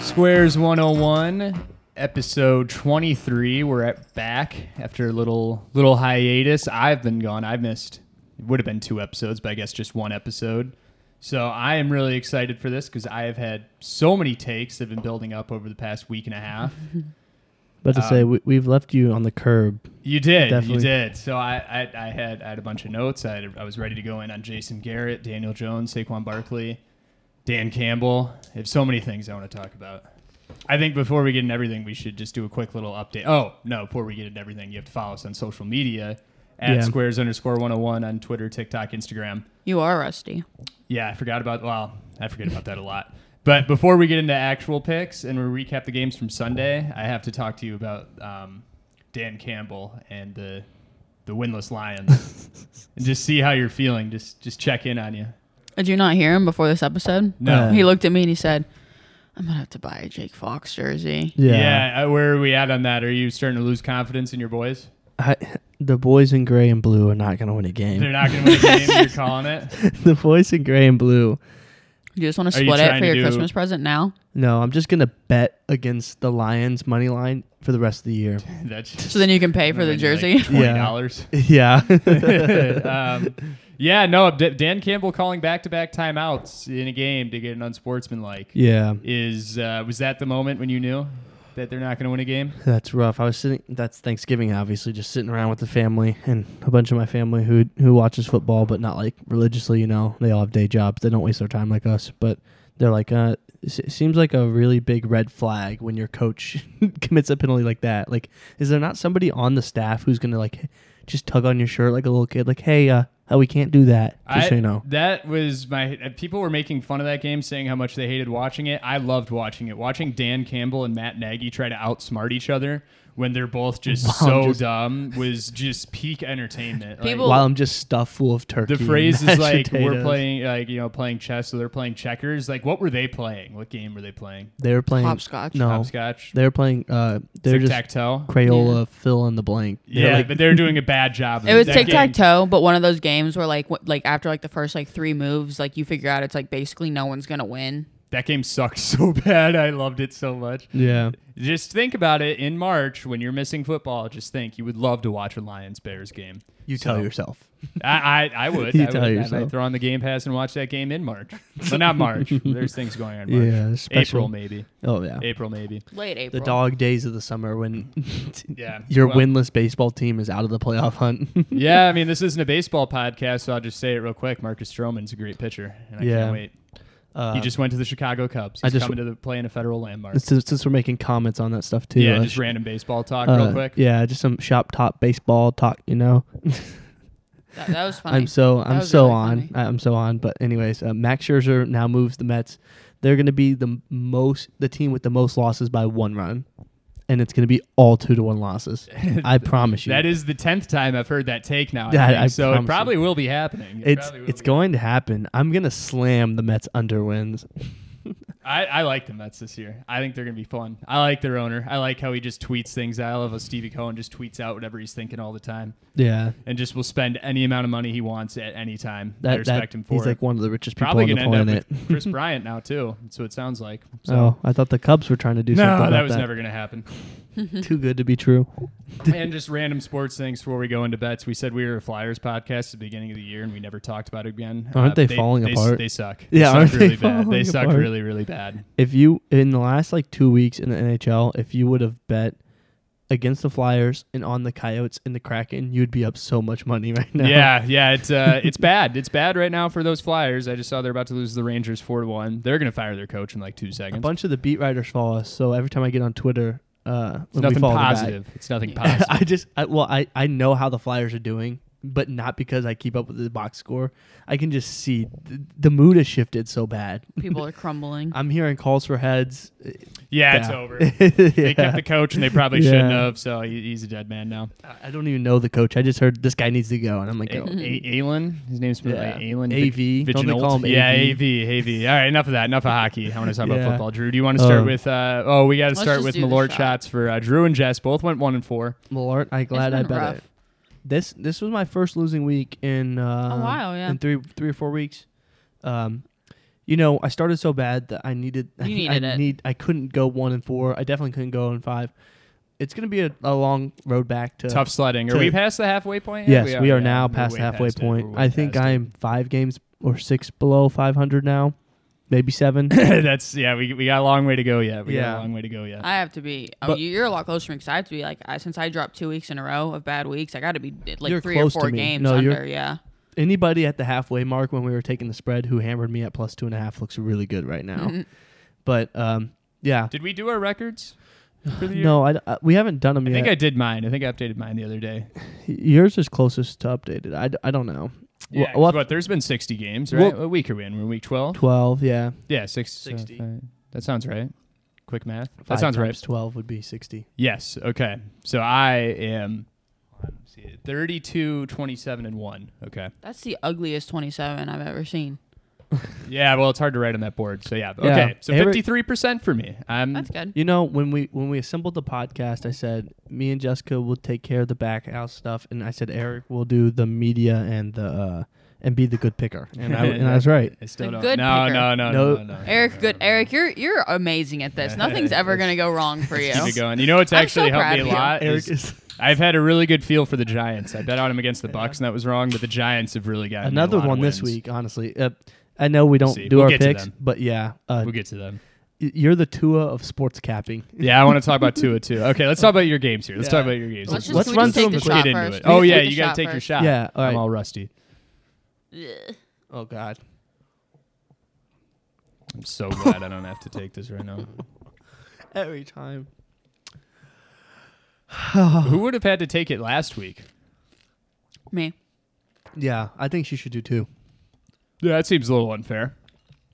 Squares 101, episode 23. We're at back after a little little hiatus. I've been gone. I missed. It would have been two episodes, but I guess just one episode. So I am really excited for this because I have had so many takes that have been building up over the past week and a half. About to Um, say we, we've left you on the curb. You did, you Definitely. did. So I, I, I had, I had a bunch of notes. I, had, I was ready to go in on Jason Garrett, Daniel Jones, Saquon Barkley, Dan Campbell. I have so many things I want to talk about. I think before we get into everything, we should just do a quick little update. Oh no, before we get into everything, you have to follow us on social media at Yeah. squares underscore one hundred one on Twitter, TikTok, Instagram. You are rusty. Yeah, I forgot about. Well, I forget about that a lot. But before we get into actual picks and we recap the games from Sunday, I have to talk to you about um, Dan Campbell and the the winless Lions, and just see how you're feeling. Just just check in on you. Did you not hear him before this episode? No. He looked at me and he said, I'm going to have to buy a Jake Fox jersey. yeah. uh, where are we at on that? Are you starting to lose confidence in your boys? I, the boys in gray and blue are not gonna win a They're game. not going to win the game. You're calling it. the boys in gray and blue. You just want to Are you split it trying for to your do- Christmas present now? No, I'm just gonna bet against the Lions money line for the rest of the year. That's just So then you can pay for the like jersey? Twenty dollars. yeah, um, yeah, no, D- Dan Campbell calling back-to-back timeouts in a game to get an unsportsmanlike. yeah. Is uh, was that the moment when you knew that they're not going to win a game? That's rough. I was sitting. That's Thanksgiving, obviously, just sitting around with the family and a bunch of my family who who watches football, but not like religiously. You know, they all have day jobs. They don't waste their time like us. But they're like, uh, s- it seems like a really big red flag when your coach commits a penalty like that. Like, is there not somebody on the staff who's gonna like just tug on your shirt like a little kid? Like, hey, uh, oh, we can't do that. Just I- so you know. That was my. uh, People were making fun of that game, saying how much they hated watching it. I loved watching it. Watching Dan Campbell and Matt Nagy try to outsmart each other when they're both just so just- dumb was just peak entertainment. Like, People- While I'm just stuffed full of turkey. the and phrase is mashed like we're potatoes. playing like you know playing chess, so they're playing checkers. Like what were they playing? What game were they playing? They were playing Hopscotch. No, Hopscotch, they were playing. Uh, they're tic just tac toe. Crayola fill in the blank. They're Yeah, like- but they're doing a bad job. of It was that tic tac game. toe, but one of those games where like wh- like after like the first like three moves, like you figure out it's like basically no one's gonna win. That game sucks so bad. I loved it so much. yeah, Just think about it in March when you're missing football. Just think you would love to watch a Lions Bears game. you So- tell yourself. I, I, I would. You I would. tell I'd- I'd yourself. throw on the Game Pass and watch that game in March. But not March. There's things going on in March. Yeah, special. April, maybe. Oh yeah, April, maybe. Late the April. dog days of the summer when Yeah. your Well, winless baseball team is out of the playoff hunt. Yeah, I mean, this isn't a baseball podcast, so I'll just say it real quick. Marcus Stroman's a great pitcher, and I Yeah. can't wait. uh, He just went to the Chicago Cubs. I He's just- coming to the, play in a federal landmark. since, since we're making comments on that stuff too. Yeah, uh, just random baseball talk uh, real quick. Yeah, just some shop top baseball talk. You know, That, that was funny. I'm so I'm was so really on. funny. I- I'm so on. But anyways, uh, Max Scherzer now moves the Mets. They're going to be the m- most the team with the most losses by one run, and it's going to be all two to one losses. I promise you. That is the tenth time I've heard that take now. I Yeah, think. I so it promise probably will be happening. It It's probably will it's be. going to happen. I'm gonna slam the Mets under wins. I, I like the Mets this year. I think they're going to be fun. I like their owner. I like how he just tweets things. out. I love how Stevie Cohen just tweets out whatever he's thinking all the time, Yeah, and just will spend any amount of money he wants at any time. I that, respect that him for he's it. like one of the richest people probably going on the to end planet. up with Chris Bryant now too. So it sounds like. So. Oh, I thought the Cubs were trying to do something. No, that about was never going to happen. too good to be true. and just random sports things before we go into bets. We said we were a Flyers podcast at the beginning of the year, and we never talked about it again. Aren't they falling s- apart? They suck. Yeah, they aren't suck they really bad. They falling suck apart? really, really bad. If you in the last like two weeks in the NHL, if you would have bet against the Flyers and on the Coyotes and the Kraken, you'd be up so much money right now. Yeah, yeah, it's uh, it's bad. It's bad right now for those Flyers. I just saw they're about to lose the Rangers four to one. They're gonna fire their coach in like two a seconds. bunch of the beat writers follow us, so every time I get on Twitter, uh, It's when we nothing follow the guy- positive. It's nothing positive. I just I, well I I know how the Flyers are doing, but not because I keep up with the box score. I can just see th- the mood has shifted so bad. People are crumbling. I'm hearing calls for heads. yeah, it's Yeah. over. They kept yeah. the coach, and they probably shouldn't Yeah. have. So he- he's a dead man now. I- I don't even know the coach. I just heard this guy needs to go, and I'm like, A- Mm-hmm. oh. A- Alan, his name's Yeah. like Alan AV. Don't they call him Yeah, AV, AV? AV. All right, enough of that. Enough of hockey. I want to talk Yeah. about football. Drew, do you want to start Um, with? Uh, oh, we got to Let's start just with do the Malort shot. shots for uh, Drew and Jess. Both went one and four. well, aren't I glad I been bet rough. it? This this was my first losing week in uh, while, yeah. in three three or four weeks. Um, you know, I started so bad that I needed. You I, needed it. Need, I couldn't go one and four. I definitely couldn't go in five. It's gonna be a, a long road back to Tough sledding. Are to- we past the halfway point? yet? Yes, we are yeah, now we're past way the halfway past it. point. We're way I think past it. I'm five games or six below 500 now, maybe seven. That's yeah. We, we got a long way to go yet. We got Yeah. a long way to go yet. I have to be. Oh, But- you- you're a lot closer to me because I have to be like, I, since I dropped two weeks in a row of bad weeks, I got to be at, like You're three or close to four me. games No, you're- under. Yeah, Anybody at the halfway mark when we were taking the spread who hammered me at plus two and a half looks really good right now. Mm-hmm. But um, yeah, Did we do our records for the year? no, I, I- we haven't done them I yet. think I did mine. I think I updated mine the other day. Yours is closest to updated. I, d- I don't know. Yeah, Well, well, but there's been 60 games, Well- right? what week are we in? We're in week 12? 12, yeah. Yeah, six, 60. uh, that sounds right. Quick math. Five that sounds times right. 12 would be 60. Yes. Okay. So I am let's see, 32, 27, and 1. Okay. that's the ugliest 27 I've ever seen. Yeah, well, it's hard to write on that board. So, yeah. Yeah. Okay. So Every- 53% for me. I'm, That's good. You know, when we when we assembled the podcast, I said me and Jessica will take care of the back house stuff, and I said Eric will do the media and the uh, and be the good picker, and I and I was right. I still A don't. good no, picker. no, no, No. no, no, no. Eric, good. Eric, you're you're amazing at this. Nothing's ever gonna go wrong for you. Keep it going. You know what's I'm actually so helped proud me a of you. lot? Eric Uh, Is is I've had a really good feel for the Giants. I bet on him against the Bucks, and that was wrong. But the Giants have really gotten me a another lot of one this wins. week. Honestly, uh, I know we don't see. do We'll our get to picks, them. but yeah, uh, We'll get to them. y- you're the Tua of sports capping. Yeah, I want to talk about Tua too. Okay, let's talk about your games here. Let's Yeah. talk about your games. Let's just, Let's can we run just through take them the before- shot get into first. it. Oh Can we yeah, take you the got to take your first? shot. Yeah, all right. I'm all rusty. Oh God, I'm so glad I don't have to take this right now. every time. Who would have had to take it last week? Me. Yeah, I think she should do two. Yeah, that seems a little unfair.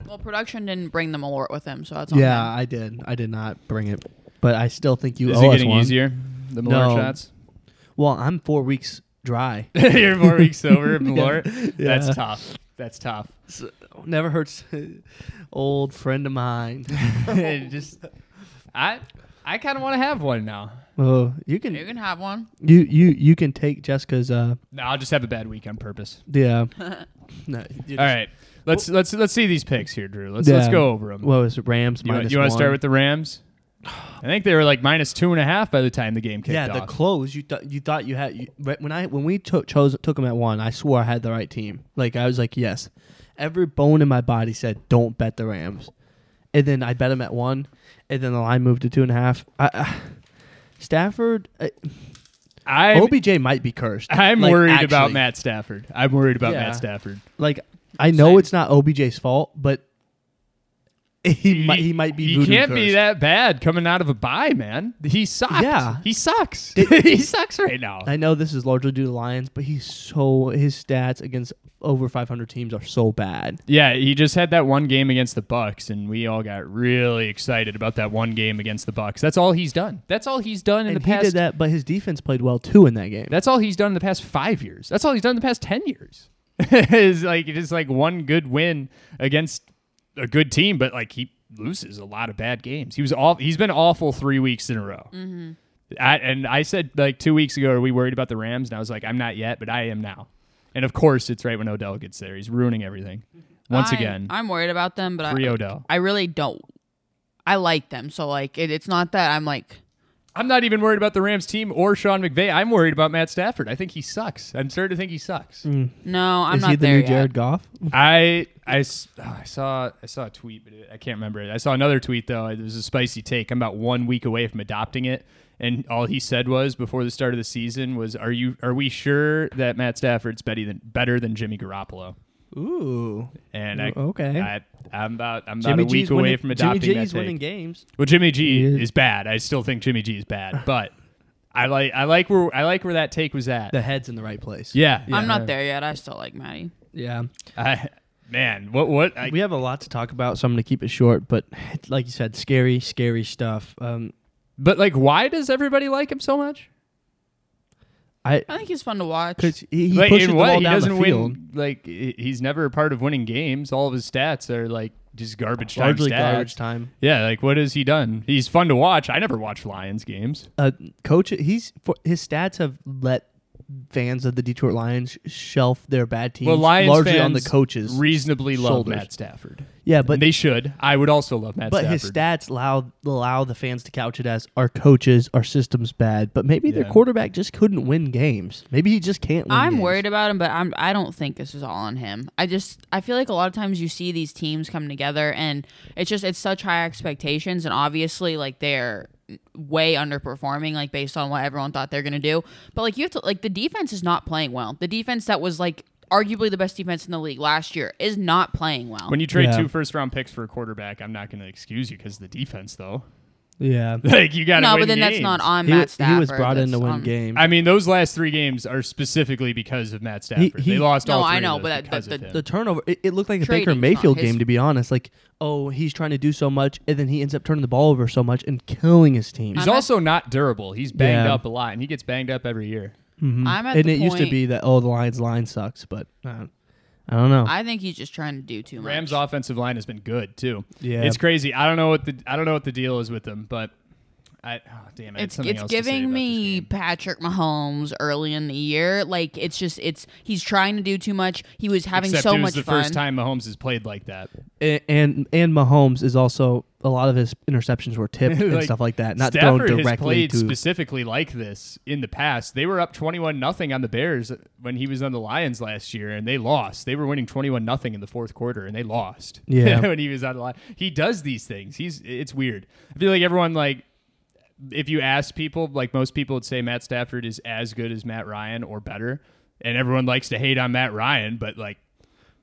Well, production didn't bring the malort with him, so that's all. Yeah, I did. I did not bring it, but I still think you Is owe it us getting one. easier? The Malort No. shots. Well, I'm four weeks dry. You're four weeks sober, Malort. Yeah. That's tough. That's tough. Never hurts. Old friend of mine. It just, I, I kind of want to have one now. Oh, you can You can have one. you you you can take Jessica's uh No, I'll just have a bad week on purpose. yeah. no, you All right, let's let's let's see these picks here, Drew. Let's Yeah. let's go over them. just- What was it, Rams you minus want to one? start with the Rams? I think they were like minus two and a half by the time the game kicked yeah the off. close. You thought you thought you had you, right when I when we took chose took them at one. I swore I had the right team. Like I was like yes. Every bone in my body said don't bet the Rams, and then I bet them at one, and then the line moved to two and a half. I, I, Stafford, uh, I'm OBJ might be cursed. I'm Like, worried about actually. Matt Stafford. I'm worried about Yeah. Matt Stafford. like I know Same. it's not OBJ's fault, but he might he might be. He voodoo can't be cursed. that bad coming out of a bye, man. He sucks. Yeah. he sucks. he sucks right now. I know this is largely due to Lions, but he's so his stats against over 500 teams are so bad. Yeah, he just had that one game against the Bucks, and we all got really excited about that one game against the Bucks. That's all he's done. That's all he's done in And the he past. did that, but his defense played well too in that game. That's all he's done in the past five years. That's all he's done in the past ten years. is like just like one good win against a good team, but like he loses a lot of bad games. He was off. He's been awful three weeks in a row. Mm-hmm. I, and I said like two weeks ago, are we worried about the Rams? And I was like, I'm not yet, but I am now. And of course, it's right when Odell gets there. He's ruining everything once I'm- again. I'm worried about them, but oh free I, Odell. I really don't. I like them, so like it, it's not that I'm like I'm not even worried about the Rams team or Sean McVay. I'm worried about Matt Stafford. I think he sucks. I'm starting to think he sucks. no, I'm is not he the there new yet. Jared Goff? I I s- oh, I saw I saw a tweet, but it, I can't remember it. I saw another tweet though. It was a spicy take. I'm about one week away from adopting it, and all he said was before the start of the season was, "Are you are we sure that Matt Stafford's better than better than Jimmy Garoppolo?" Ooh, And I, okay. I, I'm about I'm about Jimmy a week G's away winning, from adopting Jimmy that G's take. winning games. Well, Jimmy G He is. is bad. I still think Jimmy G is bad, but I like I like where I like where that take was at. The head's in the right place. yeah, I'm not there yet. I still like Maddie. yeah. I, man, what what? I, we have a lot to talk about, so I'm going to keep it short. But like you said, scary, scary stuff. Um, but like, why does everybody like him so much? I I think he's fun to watch. because he, he Like, pushes in the what? ball he down the doesn't field. win. Like he- he's never a part of winning games. All of his stats are like just garbage time largely stats. garbage time. Yeah, like what has he done? He's fun to watch. I never watch Lions games. Uh, coach, he's for, his stats have let fans of the Detroit Lions shelf their bad teams Well, Lions largely fans on the coaches. reasonably love shoulders. Matt Stafford. yeah, But but they should. I would also love Matt but Stafford. his stats allow allow the fans to couch it as our coaches, our system's bad, but maybe their Yeah. quarterback just couldn't win games. Maybe he just can't. win I'm games. worried about him, but I'm I don't think this is all on him. I just I feel like a lot of times you see these teams come together and it's just it's such high expectations and obviously like they're way underperforming like based on what everyone thought they're gonna do. But like you have to like the defense is not playing well. The defense that was like arguably the best defense in the league last year is not playing well. when you trade Yeah. two first round picks for a quarterback, I'm not going to excuse you because the defense, though. Yeah, Like you got to. no, but then that's not on he, Matt wa- Stafford. he was brought in That's to win on- games. I mean, those last three games are specifically because of Matt Stafford. he- they lost No, all three I know, of but those that- because that- of that- him. the turnover. It, it looked like a Trading's Baker not Mayfield his- game, to be honest. Like, oh, he's trying to do so much, and then he ends up turning the ball over so much and killing his team. He's I'm at- also not durable. He's banged Yeah. up a lot, and he gets banged up every year. I'm at and the it used to point- be that oh, the Lions line sucks, but uh, I don't know. I think he's just trying to do too much. Rams' offensive line has been good too. Yeah. it's crazy. I don't know what the I don't know what the deal is with them, but I oh, damn it, it's, It's something it's else to say giving about this me game. Patrick Mahomes early in the year. Like it's just it's he's trying to do too much. He was having Except so it was much the fun. first time Mahomes has played like that. A- and and Mahomes is also a lot of his interceptions were tipped and Like, stuff like that, not Stafford thrown has directly played to. specifically like this in the past. They were up twenty-one nothing on the Bears when he was on the Lions last year, and they lost. They were winning twenty-one nothing in the fourth quarter, and they lost. Yeah. when he was on the line, he does these things. He's it's weird. I feel like everyone like if you ask people, like most people would say Matt Stafford is as good as Matt Ryan or better, and everyone likes to hate on Matt Ryan, but like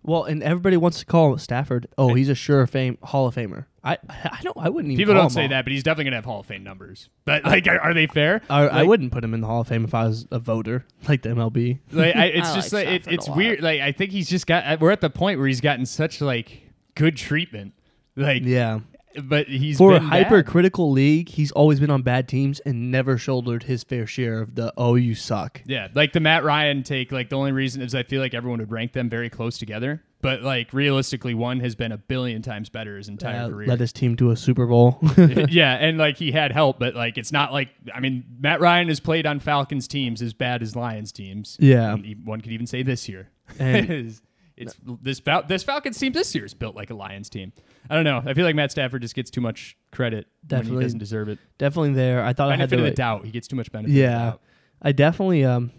well, and everybody wants to call Stafford. Oh, he's a sure fame Hall of Famer. I I don't. I wouldn't even. people call don't him say all- that, but he's definitely gonna have Hall of Fame numbers. But like, are, are they fair? I, I Like, wouldn't put him in the Hall of Fame if I was a voter like the MLB. like I, it's I just like like, it, Stafford it's a lot. weird. Like I think he's just got. We're at the point where he's gotten such like good treatment. Like Yeah. but he's For a been bad. hypercritical league, he's always been on bad teams and never shouldered his fair share of the oh you suck. Yeah, like the Matt Ryan take. Like the only reason is I feel like everyone would rank them very close together. But like realistically, one has been a billion times better his entire Uh, career. led his team to a Super Bowl. yeah, and like he had help, but like it's not like I mean Matt Ryan has played on Falcons teams as bad as Lions teams. Yeah. And e- one could even say this year. And- it's it's- this Fal- this Falcons team this year is built like a Lions team. I don't know. I feel like Matt Stafford just gets too much credit when Definitely. he doesn't deserve it. definitely there. I thought I Benefit had the, of the right- doubt, he gets too much benefit. of the Yeah. doubt. I definitely um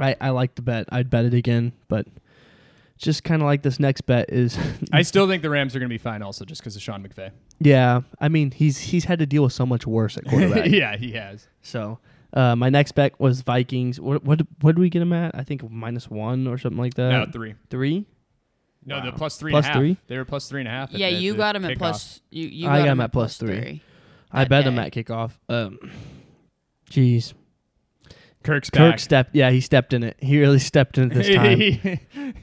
I I like the bet. I'd bet it again, but just kind of like this next bet is I still think the Rams are going to be fine, also just because of Sean McVay. yeah, I mean, he's he's had to deal with so much worse at quarterback. yeah, he has. So uh, my next bet was Vikings. What what what did we get him at? I think minus one or something like that. no three. three. No, wow. the plus three and Uh, Plus a half. three? They were plus three and a half. at yeah, the- you the got him at kickoff. plus. You, you I got got, him him at plus three. I that bet him day. at kickoff. Um, jeez, Kirk's back. Kirk stepped. Yeah, he stepped in it. He really stepped in it this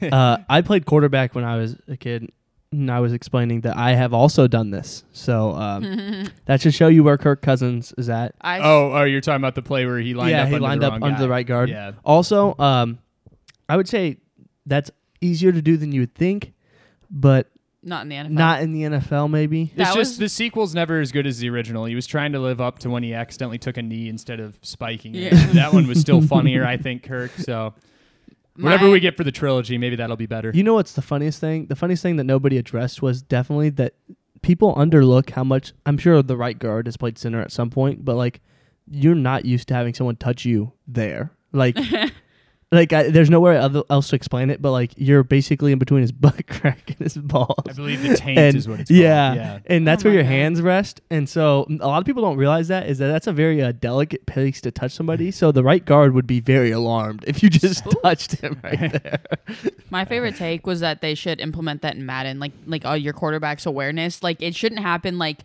time. uh, I played quarterback when I was a kid, and I was explaining that I have also done this. So um, that should show you where Kirk Cousins is at. I Oh, oh, you're talking about the play where he lined yeah, up. he under lined the up wrong under the guy. right guard. Yeah, Also, um, I would say that's easier to do than you would think, but not in the NFL. not in the NFL. Maybe That it's was- just the sequel's never as good as the original. He was trying to live up to when he accidentally took a knee instead of spiking it. Yeah. that one was still funnier, I think, Kirk. So whatever My- we get for the trilogy, maybe that'll be better. you know what's the funniest thing? The funniest thing that nobody addressed was definitely that people underlook how much. I'm sure the right guard has played center at some point, but like you're not used to having someone touch you there, like. Like I, there's nowhere other, else to explain it, but like you're basically in between his butt crack and his balls. I believe the taint and is what it's called. yeah, and that's Oh where my your God. hands rest. And so a lot of people don't realize that is that that's a very uh, delicate place to touch somebody. So the right guard would be very alarmed if you just touched him right there. My favorite take was that they should implement that in Madden, like like uh, your quarterback's awareness. Like it shouldn't happen like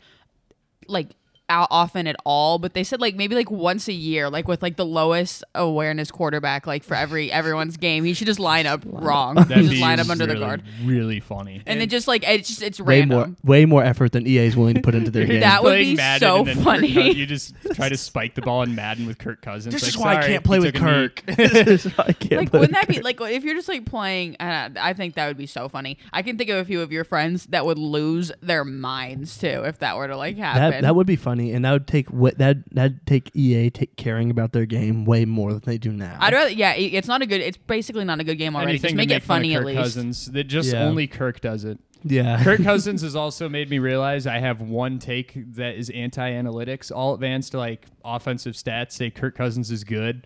like out often at all. But they said like maybe like once a year, like with like the lowest awareness quarterback, like for every everyone's game, he should just line up wrong. He That'd just be line up under really, the guard, Really funny. and then just like it's just it's way random. more way more effort than EA is willing to put into their game. That would Playing be Madden so and then Kirk funny. Cousins- you just try to spike the ball in Madden with Kirk Cousins. like, sorry, he took a knee. this is why I can't like play wouldn't with that be like if you're just like playing uh, i think that would be so funny i can think of a few of your friends that would lose their minds too if that were to like Kirk. happen That, that would be funny, and that would take what that that take EA take caring about their game way more than they do now. I'd rather, yeah, it- it's not a good, it's basically not a good game already. Anything Just to make fun it of funny at Kirk least. Cousins that just Yeah. only Kirk does it. yeah, Kirk Cousins has also made me realize I have one take that is anti-analytics. All advanced like offensive stats say Kirk Cousins is good.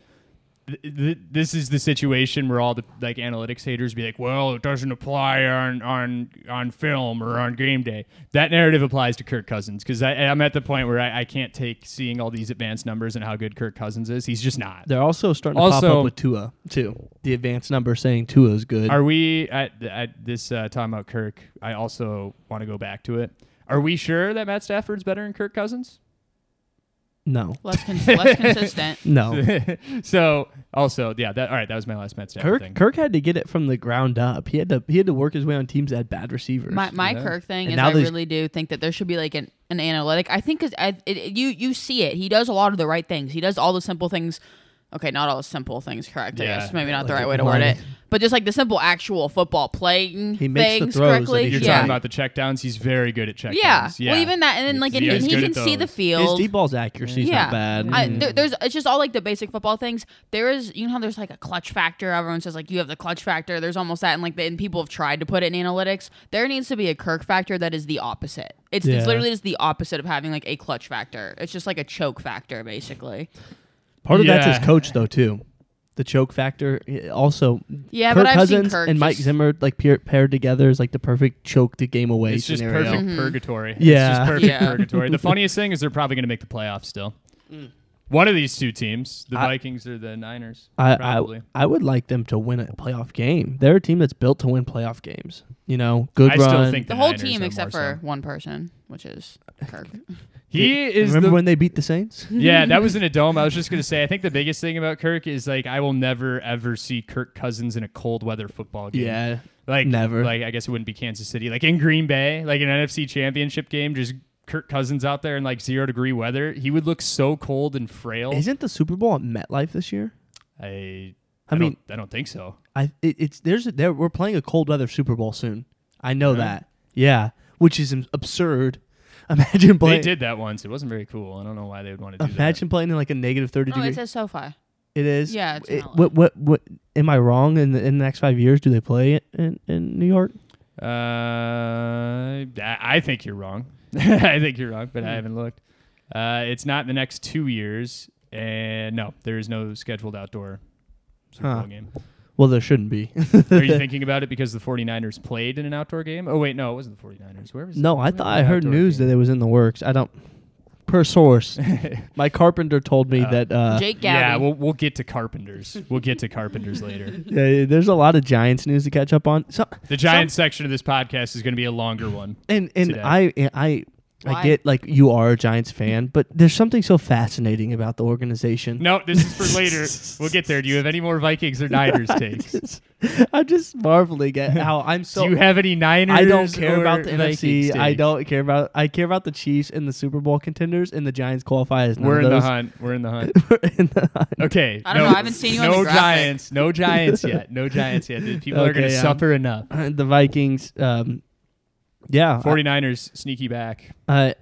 Th- th- This is the situation where all the like analytics haters be like, "Well, it doesn't apply on on on film or on game day." That narrative applies to Kirk Cousins because I'm at the point where I, I can't take seeing all these advanced numbers and how good Kirk Cousins is. He's just not. they're also starting to pop Also- up with Tua too. The advanced number saying Tua is good. Are we at, at this uh, talking about Kirk? I also want to go back to it. Are we sure that Matt Stafford's better than Kirk Cousins? no, Less, con- less consistent. no. so also, yeah. That all right. That was my last Matt Stafford Kirk thing. Kirk had to get it from the ground up. He had to he had to work his way on teams that had bad receivers. My, my Yeah. Kirk thing And is now I there's- really do think that there should be like an, an analytic. I think because you you see it. He does a lot of the right things. He does all the simple things. Okay, not all the simple things. Correct. I Yeah. guess maybe not the Like right way to word it. money. But just like the simple actual football playing He makes the things throws that correctly. he You're should. yeah. talking about the checkdowns. He's very good at checkdowns. yeah. Yeah. Well, even that, and then like, and, Yeah, and he's he good can at see the those. his field. deep ball's accuracy is not bad. Mm. I, there, there's it's just all like the basic football things. There is you know how there's like a clutch factor. Everyone says like you have the clutch factor. There's almost that, and like the, and people have tried to put it in analytics. There needs to be a Kirk factor that is the opposite. It's, Yeah. it's literally just the opposite of having like a clutch factor. It's just like a choke factor basically. Part of that's Yeah. his coach though too. The choke factor eh, also. Yeah, Kirk but I've Cousins seen Kirk and Mike just- Zimmer like peer, paired together is like the perfect choke the game away it's just scenario. perfect purgatory. Yeah. It's just perfect Mm-hmm. Yeah. purgatory. The funniest thing is they're probably going to make the playoffs still. Mm. One of these two teams, the I- Vikings or the Niners, I, probably. I I would like them to win a playoff game. They're a team that's built to win playoff games. You know, good I run. still think The The whole Niners team are except more for one person, which is Kirk. he is Remember the when they beat the Saints? yeah, that Mm-hmm. was in a dome. I was just gonna say, I think the biggest thing about Kirk is like I will never ever see Kirk Cousins in a cold weather football game. Yeah, like never. Like I guess it wouldn't be Kansas City, like in Green Bay, like an NFC Championship game, just Kirk Cousins out there in like zero degree weather, he would look so cold and frail. Isn't the Super Bowl at MetLife this year? I, I I, mean- mean, I don't think so. I it, it's there's a, there we're playing a cold weather Super Bowl soon. I know Really? that. Yeah, which is im- absurd. Imagine They playing. did that once. It wasn't very cool. I don't know why they would want to do Imagine playing in like a negative thirty No, degree. Oh, it says Uh, SoFi. it is. Yeah, it's It- not what what what? Am I wrong? In the, in the next five years, do they play it in in New York? that. Uh, I I think you're wrong. I think you're wrong, but Hmm. I haven't looked. Uh, it's not in the next two years, and no, there is no scheduled outdoor Super Huh. Bowl game. Well, there shouldn't be. Are you thinking about it because the 49ers played in an outdoor game? Oh wait, no, it wasn't the 49ers. Where was no, I where was thought I the heard outdoor news game? that it was in the works. I don't. Per source, my carpenter told me Oh. that uh, Jake Gabby. Yeah, we'll we'll get to carpenters. We'll get to carpenters later. yeah, there's a lot of Giants news to catch up on. So, The Giants section of this podcast is going to be a longer one. and and today. I and I I Why? get like you are a Giants fan, but there's something so fascinating about the organization. No, this is for later. We'll get there. Do you have any more Vikings or Niners takes? I'm just marveling at how I'm so. Do you have any Niners? I don't care or about the NFC. Vikings I takes? don't care about. I care about the Chiefs and the Super Bowl contenders, and the Giants qualify as none We're of in the those. hunt. We're in the hunt. We're in the hunt. Okay. I don't no, know. I haven't seen you on No the graphic. Giants. No Giants yet. No Giants yet. The People are going Okay, to um, suffer enough. The Vikings. Um, yeah, 49ers sneaky back. Uh,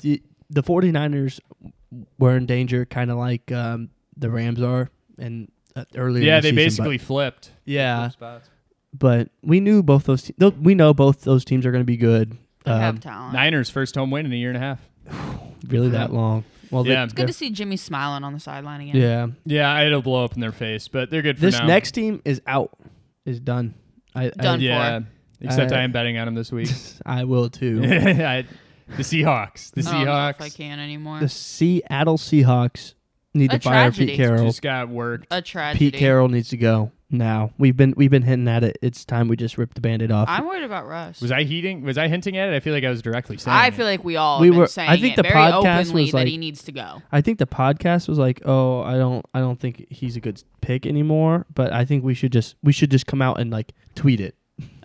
the, the 49ers were in danger, kind of like um, the Rams are, and uh, earlier. Yeah, in the they season, but- basically flipped. yeah, spots. but we knew both those. Te- tho- we know both those teams are going to be good. They have Um, talent. Niners first home win in a year and a half. really that long? Well, they- Yeah. It's good they're- to see Jimmy smiling on the sideline again. yeah. Yeah, it'll blow up in their face, but they're good for This now. next team is out. Is done. I Done. yeah. for. Except Uh, I am betting on them this week. I, I will too. I- the Seahawks. The I don't know Oh, if I Seahawks can anymore. the Seattle Seahawks need A to fire tragedy. Pete Carroll. just got worked. a tragedy. Pete Carroll needs to go now. We've been we've been hinting at it. It's time we just rip the bandit off. I'm worried about Russ. Was I heating? Was I hinting at it? I feel like I was directly saying. I it. feel like we all We have been were- saying I think it the very podcast openly was that like- he needs to go. I think the podcast was like, "Oh, I don't, I don't think he's a good pick anymore." But I think we should just, we should just come out and like tweet it.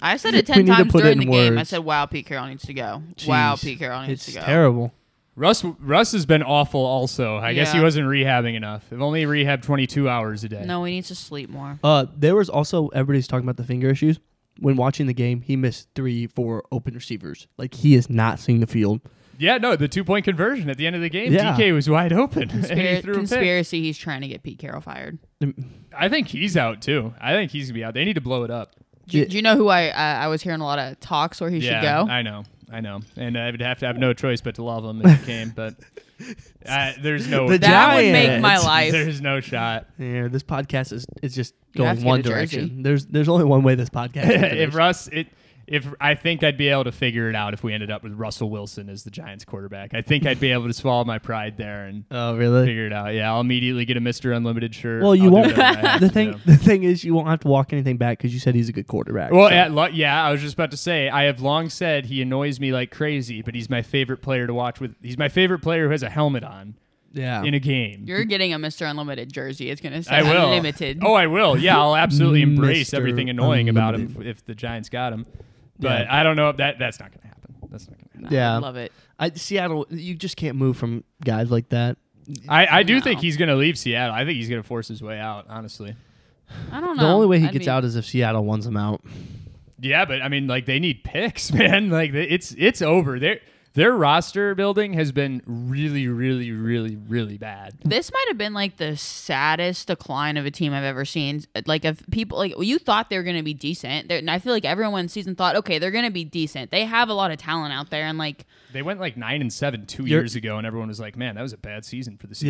I said it We ten need to times put during in the game. I words. said, "Wow, Pete Carroll needs to go." Wow, Jeez. Pete Carroll needs It's to go. terrible. Russ Russ has been awful. Also, I guess he Yeah. wasn't rehabbing enough. If only rehabbed 22 hours a day. No, he needs to sleep more. Uh, there was also everybody's talking about the finger issues. When watching the game, he missed three, four open receivers. Like he is not seeing the field. Yeah, no, the two point conversion at the end of the game. Yeah. DK was wide open. and he Conspira- threw a pick. conspiracy. He's trying to get Pete Carroll fired. I think he's out too. I think he's gonna be out. They need to blow it up. Do, you- Yeah. do you know who I uh, I was hearing a lot of talks where he yeah, should go? I know. I know. And uh, I would have to have no choice but to love him if he came, but uh, there's no The that would make Giants. my life. there's no shot. Yeah, this podcast is is just You have going to one get a jersey. direction. There's there's only one way this podcast. Can if finish. Russ it if I think I'd be able to figure it out if we ended up with Russell Wilson as the Giants quarterback. I think I'd be able to swallow my pride there and oh really? figure it out. Yeah, I'll immediately get a Mr. Unlimited shirt. Well, you I'll do won't. whatever I have the to thing do. the thing is, you won't have to walk anything back because you said he's a good quarterback. Well, so- at lo- yeah, I was just about to say I have long said he annoys me like crazy, but he's my favorite player to watch with. He's my favorite player who has a helmet on yeah. in a game. You're getting a Mr. Unlimited jersey. It's gonna say I will. unlimited. Oh, I will. Yeah, I'll absolutely embrace Mr. everything annoying about him if, if the Giants got him. But Yeah. I don't know if that that's not going to happen. That's not going to happen. Nah, Yeah. love it. I Seattle. You just can't move from guys like that. I, I do No. think he's going to leave Seattle. I think he's going to force his way out. Honestly. I don't know. The only way he I'd gets be- out is if Seattle wants him out. Yeah, but I mean, like they need picks, man. Like they, it's it's over. Their their roster building has been really, really, really, really bad. This might have been like the saddest decline of a team I've ever seen. Like if people like well, you thought they were going to be decent, They're- and I feel like everyone in season thought, okay, they're going to be decent. They have a lot of talent out there, and like They went like nine and seven 2 You're- years ago, and everyone was like, "Man, that was a bad season for the Seahawks."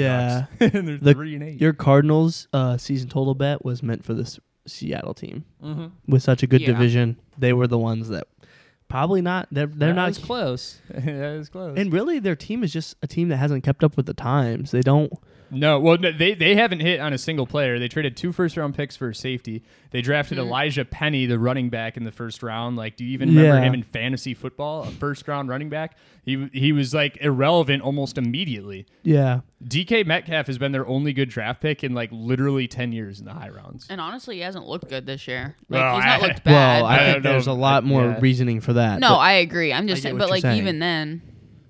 Yeah. and they're The- three and eight. Your Cardinals uh, season total bet was meant for this Seattle team Mm-hmm. with such a good Yeah. division. They were the ones that probably not. They're they're not. close. that was close. And really, their team is just a team that hasn't kept up with the times. They don't. no, well, no, they they haven't hit on a single player. They traded two first round picks for a safety. They drafted Mm-hmm. Elijah Penny, the running back, in the first round. Like, do you even remember Yeah. him in fantasy football? A first round running back. He he was like irrelevant almost immediately. Yeah. DK Metcalf has been their only good draft pick in like literally ten years in the high rounds. and honestly, he hasn't looked good this year. Like Well, he's not I- looked bad. Well, I, I think don't know. there's a lot more Uh, Yeah. reasoning for that. no, but I agree. I'm I just get saying, what but you're like saying. even then,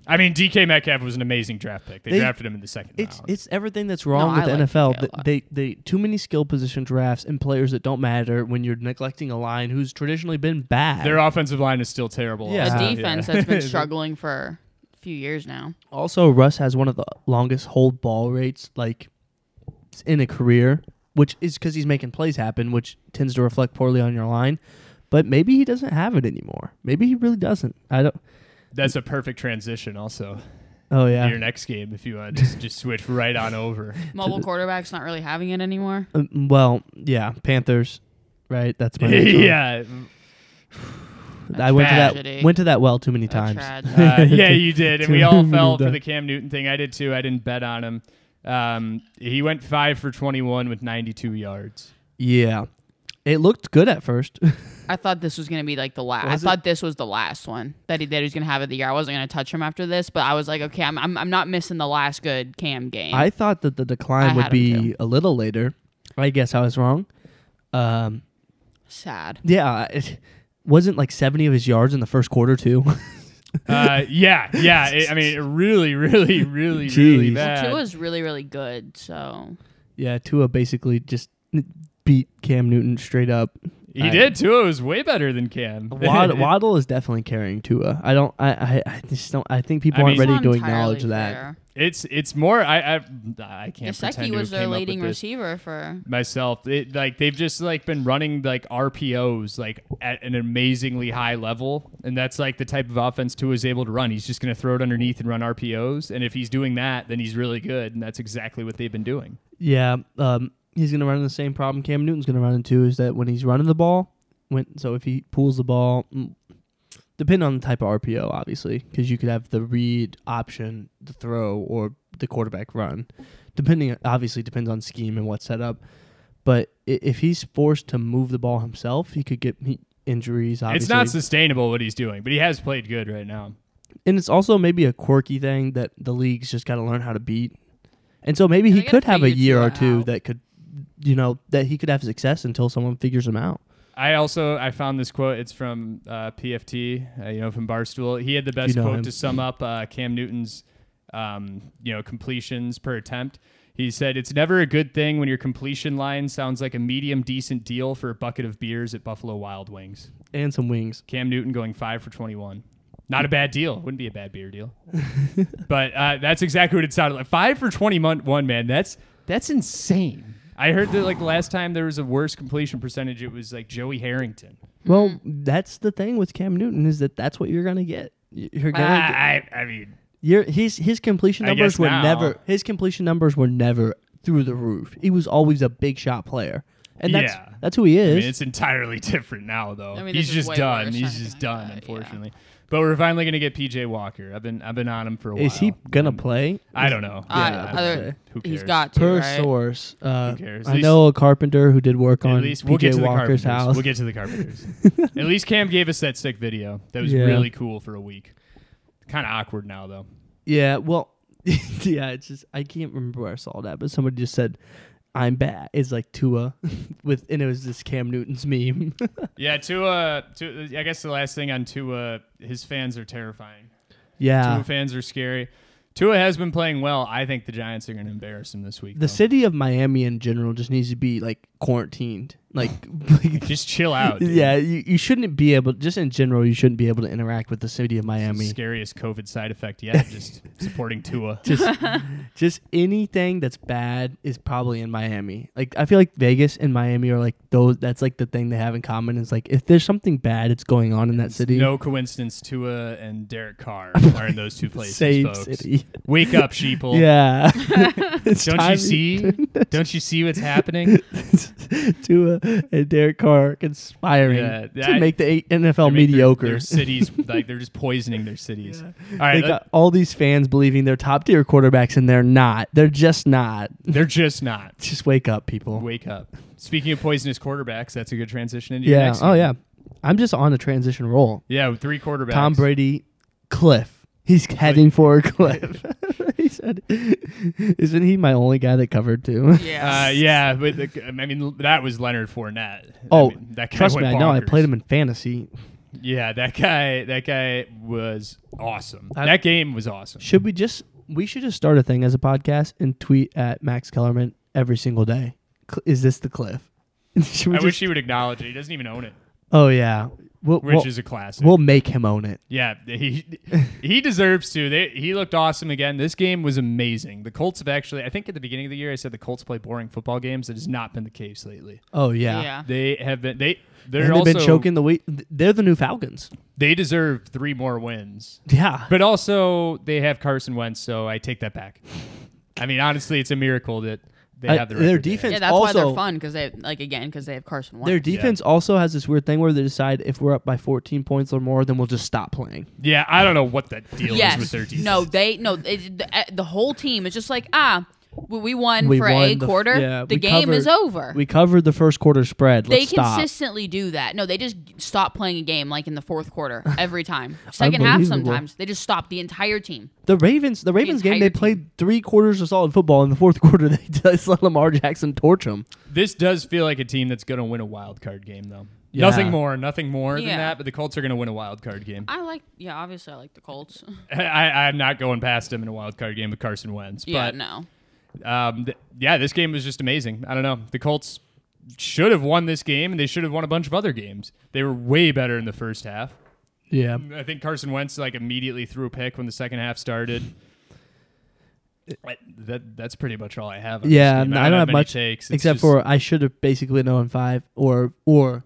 I mean, DK Metcalf was an amazing draft pick. They, They- drafted him in the second it's round. it's everything that's wrong No, with I the like NFL. Kyle Th- a lot. They, they too many skill position drafts and players that don't matter when you're neglecting a line who's traditionally been bad. Their offensive line is still terrible. Yeah. the also. Uh-huh. defense Yeah. that's been struggling for a few years now. Also, Russ has one of the longest hold ball rates, like in a career, which is because he's making plays happen, which tends to reflect poorly on your line. But maybe he doesn't have it anymore. Maybe he really doesn't. I don't. That's a perfect transition. Also, Oh to your yeah. next game, if you want, just just switch right on over. Mobile quarterbacks not really having it anymore. Um, well, yeah. Panthers, right? That's my. next one. yeah, I went to tragedy. that went to that well too many A times. tragedy. uh, yeah, you did, and we all Dude, fell for that- the Cam Newton thing. I did too. I didn't bet on him. Um, he went five for twenty-one with ninety-two yards. Yeah. It looked good at first. I thought this was gonna be like the last. I Was it? thought this was the last one that he that he was gonna have of the year. I wasn't gonna touch him after this, but I was like, okay, I'm I'm, I'm not missing the last good Cam game. I thought that the decline I would had 'em be a little later. I guess I was wrong. Um, Sad. yeah, it wasn't like 70 of his yards in the first quarter too. Uh, yeah, yeah. It, I mean, it really, really, really, really Jeez. bad. Two is really really good. So yeah, Tua basically just beat Cam Newton straight up. he did too. It was way better than Cam. Waddle, Waddle is definitely carrying Tua. I don't I I, I just don't I think people I aren't mean- ready Not to entirely acknowledge that. fair. it's it's more. I I, I can't pretend Gesicki to have was their came up leading with this. receiver for. myself. It, like they've just like been running like RPOs like at an amazingly high level, and that's like the type of offense Tua is able to run. He's just going to throw it underneath and run RPOs, and if he's doing that, then he's really good, and that's exactly what they've been doing. Yeah, um, he's gonna run into the same problem Cam Newton's gonna run into is that when he's running the ball, when so if he pulls the ball, mm, depending on the type of RPO, obviously, because you could have the read option, the throw, or the quarterback run, depending obviously depends on scheme and what's set up. But i- if he's forced to move the ball himself, he could get he, injuries. Obviously, It's not sustainable what he's doing, but he has played good right now. and it's also maybe a quirky thing that the league's just got to learn how to beat. And so maybe Yeah, he they could gotta have a figure year or Tua two out. that could, you know, that he could have success until someone figures him out. I also I found this quote. It's from uh, PFT, uh, you know, from Barstool. He had the best You know quote him. to sum up uh, Cam Newton's, um, you know, completions per attempt. He said, "It's never a good thing when your completion line sounds like a medium decent deal for a bucket of beers at Buffalo Wild Wings." And some wings. Cam Newton going five for twenty-one. Not a bad deal. Wouldn't be a bad beer deal. but uh, that's exactly what it sounded like. Five for twenty month one man. That's that's insane. I heard that like last time there was a worse completion percentage. It was like Joey Harrington. Well, that's the thing with Cam Newton is that that's what you're gonna get. You're gonna get, I, I, I mean, Your his his completion Ah. I numbers guess were now- never his completion numbers were never through the roof. He was always a big shot player, and that's Yeah. that's who he I is. mean, it's entirely different now, though. I mean, He's this is just way done. worse. He's I just think done, that, yeah. unfortunately. But we're finally gonna get PJ Walker. I've been I've been on him for a while. is he gonna play? I don't know. I- Yeah, I would uh, other, say. Who he's cares? got to Per right? source, uh, Who cares? At I least- know a carpenter who did work on At least PJ we'll get to Walker's the carpenters. house. We'll get to the carpenters. At least Cam gave us that sick video. That was Yeah. really cool for a week. Kind of awkward now though. yeah, well, yeah, it's just I can't remember where I saw that, but somebody just said, "I'm bad." It's like Tua, with and it was this Cam Newton's meme. Yeah, Tua. Tua I guess the last thing on Tua, his fans are terrifying. yeah, Tua fans are scary. Tua has been playing well. I think the Giants are going to embarrass him this week. the though. city of Miami in general just needs to be like quarantined. Like, like Just chill out. Oh, dude. yeah, you, you shouldn't be able. Just in general, you shouldn't be able to interact with the city of Miami. Scariest COVID side effect yet. Just supporting Tua. Just, just anything that's bad is probably in Miami. Like, I feel like Vegas and Miami are like those. That's like the thing they have in common. Is like if there's something bad that's going on in that city, No coincidence. Tua and Derek Carr are in those two places, same folks. city. Wake up, sheeple. Yeah, It's Don't you time- see? Don't you see what's happening? Tua and Derek Carr conspiring Yeah, to I- make the A- NFL They make mediocre. Their, their cities, like they're just poisoning their cities. All they right, uh, got all these fans believing they're top tier quarterbacks and they're not. They're just not. they're just not. Just wake up, people. Wake up. Speaking of poisonous quarterbacks, that's a good transition into your yeah. next. Oh game. yeah. I'm just on a transition roll. Yeah, with three quarterbacks. Tom Brady, Cliff. He's heading for a cliff. he said, "Isn't he my only guy that covered too?" Yeah. Uh, yeah, but the, I mean that was Leonard Fournette. Oh, I mean, that guy Trust me, went I know. I bonkers. played him in fantasy. Yeah, that guy. That guy was awesome. I- that game was awesome. Should we just? We should just start a thing as a podcast and tweet at Max Kellerman every single day. Cl- Is this the cliff? Should I we wish just, he would acknowledge it. He doesn't even own it, oh yeah. We'll, which we'll, is a classic. we'll make him own it. Yeah, he he deserves to. They, he looked awesome again. This game was amazing. The Colts have actually, I think at the beginning of the year, I said the Colts play boring football games. That has not been the case lately. Oh yeah. They have been they they're And they've also been choking the weight. They're the new Falcons. they deserve three more wins. Yeah. But also they have Carson Wentz, so I take that back. I mean, honestly, it's a miracle that they I- have the their record they have. defense- Yeah, that's why Also- they're fun because they like again because they have Carson Wentz. Their defense also has this weird thing where they decide if we're up by 14 points or more, then we'll just stop playing. Yeah, I don't know what the deal yes. is with their defense. No, they no it, the, uh, the whole team is just like ah we, we won We for a won the- quarter. yeah, the we game covered- is over. We covered the first quarter spread. they Let's stop. consistently do that. No, they just stop playing a game like in the fourth quarter every time. Second half Unbelievable. sometimes they just stop the entire team. the Ravens, the Ravens game, entire they played three quarters of solid football. In the fourth quarter, they just let Lamar Jackson torch them. This does feel like a team that's going to win a wild card game, though. Yeah. Nothing more, nothing more than Yeah. that. But the Colts are going to win a wild card game. I like yeah, obviously I like the Colts. I, I'm not going past him in a wild card game with Carson Wentz. yeah, But no. um, th- yeah, this game was just amazing. I don't know. The Colts should have won this game, and they should have won a bunch of other games. They were way better in the first half. Yeah. I think Carson Wentz like immediately threw a pick when the second half started. But That that's pretty much all I have. on this Yeah, game. no, I don't have any much takes It's Except just- for I should have basically known five or or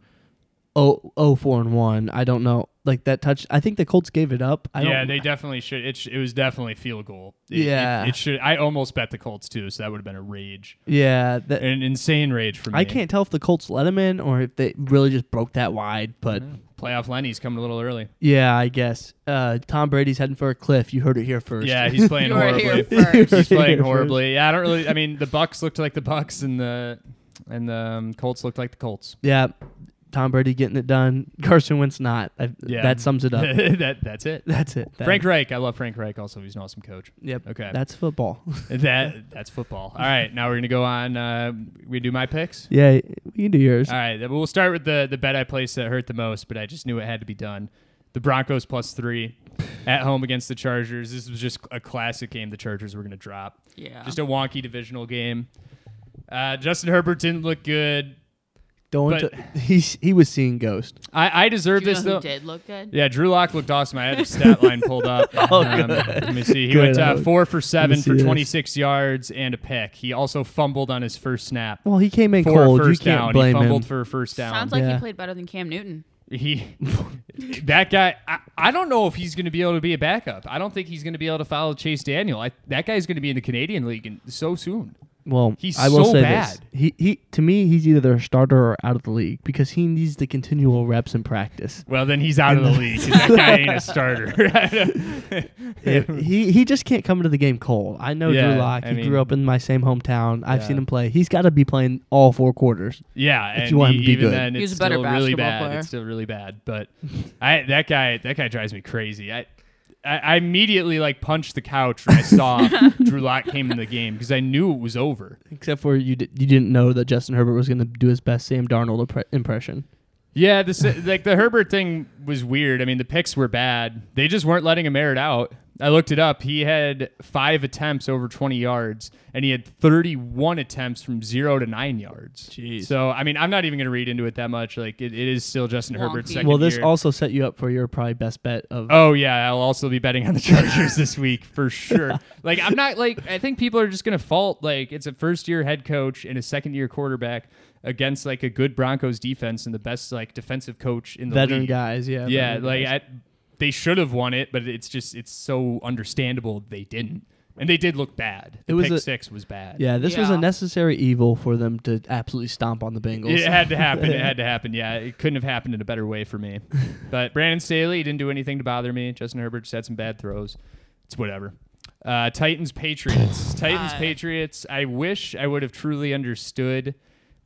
oh oh four and one. I don't know. Like that touch. I think the Colts gave it up. I yeah, don't, they definitely should. It, sh- it was definitely field goal. It- it- Yeah. it, should. I almost bet the Colts too, so that would have been a rage, yeah. That, an insane rage for me. I can't tell if the Colts let him in or if they really just broke that wide. But Playoff Lenny's coming a little early. yeah, I guess uh, Tom Brady's heading for a cliff. You heard it here first. Yeah, he's playing You were here horribly. first. He's playing Here first. horribly. Yeah, I don't really. I mean, the Bucks looked like the Bucks, and the and the um, Colts looked like the Colts. yeah. Tom Brady getting it done. Carson Wentz not. I, Yeah, That sums it up. that that's it. that's it. That- Frank Reich, I love Frank Reich. Also, he's an awesome coach. Yep. Okay. That's football. That that's football. All right, now we're gonna go on. Uh, we do my picks. yeah, we can do yours. All right, then we'll start with the the bet I placed that hurt the most, but I just knew it had to be done. The Broncos plus three at home against the Chargers. This was just a classic game. The Chargers were going to drop. Ah. Yeah. Just a wonky divisional game. Uh, Justin Herbert didn't look good. Don't. But- he he was seeing Ghost. I, I Do deserve you know this who though. did look good? Yeah, Drew Lock looked awesome. I had his stat line pulled up. Um, Let me see. He Oh, Good. went uh, four for seven see for this. 26 yards and a pick. He also fumbled on his first snap Well, he came in for cold. a You first can't down. blame he him. fumbled for a first down. Sounds like Yeah. he played better than Cam Newton. he, that guy. I, I don't know if he's going to be able to be a backup. I don't think he's going to be able to follow Chase Daniel. I, that guy's going to be in the Canadian League and so soon. Well, He's I will so say bad. this: he he to me, he's either their starter or out of the league because he needs the continual reps in practice. Well, then he's out of the league. 'cause That guy ain't a starter. he he just can't come into the game cold. I know Yeah, Drew Lock. I He mean- grew up in my same hometown. I've Yeah. seen him play. He's got to be playing all four quarters. Yeah, and you want e- him to be even good. then, He it's was a better still really basketball bad. player. It's still really bad. But I that guy that guy drives me crazy. I I, I immediately like punched the couch when I saw Drew Lock came in the game because I knew it was over. Except for you, di- you didn't know that Justin Herbert was going to do his best Sam Darnold impre- impression. Yeah, this like the Herbert thing was weird. I mean, the picks were bad. They just weren't letting him air it out. I looked it up. He had five attempts over 20 yards, and he had 31 attempts from zero to nine yards. Jeez. So, I mean, I'm not even going to read into it that much. Like, it, it is still Justin Herbert's Wonky. second well, this year. also set you up for your probably best bet of. Oh yeah, I'll also be betting on the Chargers this week for sure. Like I'm not like I think people are just gonna fault like it's a first year head coach and a second year quarterback against like a good Broncos defense and the best like defensive coach in the veteran league. guys. Yeah, Yeah, veteran like guys. I, they should have won it, but it's just it's so understandable they didn't, and they did look bad. The It was pick a- six was bad. yeah, this was Yeah. a necessary evil for them to absolutely stomp on the Bengals. It had to happen. It had to happen. Yeah, it couldn't have happened in a better way for me. But Brandon Staley didn't do anything to bother me. Justin Herbert just had some bad throws. It's whatever. Uh, Titans Patriots. Titans God. Patriots. I wish I would have truly understood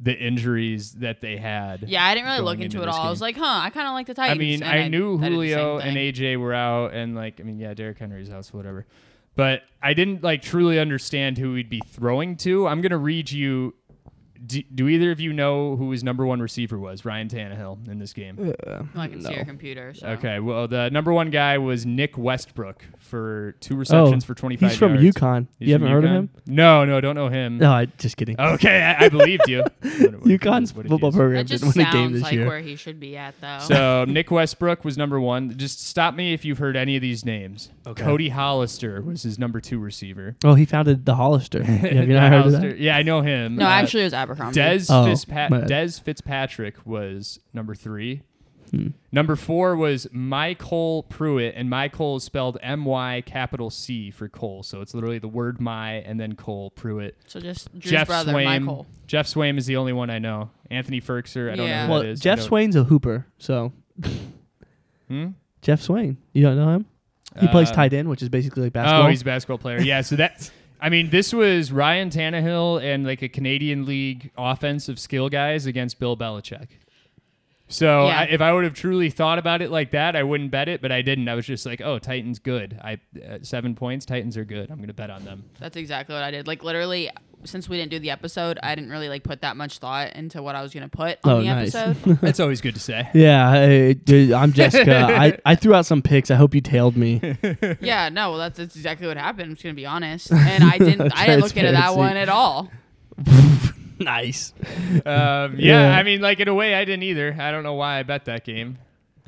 the injuries that they had. Yeah, I didn't really Going look into, into it this all. I was game. like, huh, I kind of like the I Titans. mean, and I knew that did the Julio same and thing. AJ were out, and like, I mean, yeah, Derrick Henry's out, so whatever. But I didn't like truly understand who we'd be throwing to. I'm gonna read you. Do, do either of you know who his number one receiver was? Ryan Tannehill in this Uh, game. Well, I can No. see your computer. So. Okay, well, the number one guy was Nick Westbrook for two receptions for 25. Oh, He's from yards. UConn. He's you haven't from heard of UConn? him? No, no, don't know him. No, I just kidding. Okay, I, I believed you. UConn's What- what it football is. program That just didn't win a game sounds this like year. where he should be at, though. So Nick Westbrook was number one. Just stop me if you've heard any of these names. Okay. Cody Hollister was his number two receiver. Oh, he founded the Hollister. Have you not heard of Hollister, that? yeah, I know him. no, Uh, actually, it was Abercrombie. Des, Oh, Fitzpa- my bad. Des Fitzpatrick was number three. Hmm. Number four was Michael Pruitt, and Michael is spelled M Y capital C for Cole. So it's literally the word my and then Cole Pruitt. So just Drew's Jeff brother, Swaim. Michael. Jeff Swaim is the only one I know. Anthony Ferkser, I don't Yeah. know who Well, that is. I Jeff don't- Swain's a hooper, so Hmm? Jeff Swain. You don't know him? He plays Uh, tight end, which is basically like basketball. Oh, he's a basketball player. Yeah, so that I mean, this was Ryan Tannehill and like a Canadian League offensive skill guys against Bill Belichick. So Yeah. I, if I would have truly thought about it like that, I wouldn't bet it, but I didn't. I was just like, "Oh, Titans good. I uh, seven points. Titans are good. I'm going to bet on them." That's exactly what I did. Like literally, since we didn't do the episode, I didn't really like put that much thought into what I was gonna put on Oh, the nice. episode. That's always good to say. yeah, I, dude, I'm Jessica. I, I threw out some picks. I hope you tailed me. yeah, no, well, that's, that's exactly what happened. I'm just gonna be honest, and I didn't. I didn't look into that Transparency. one at all. nice. Um, yeah, Yeah. I mean, like in a way, I didn't either. I don't know why I bet that game.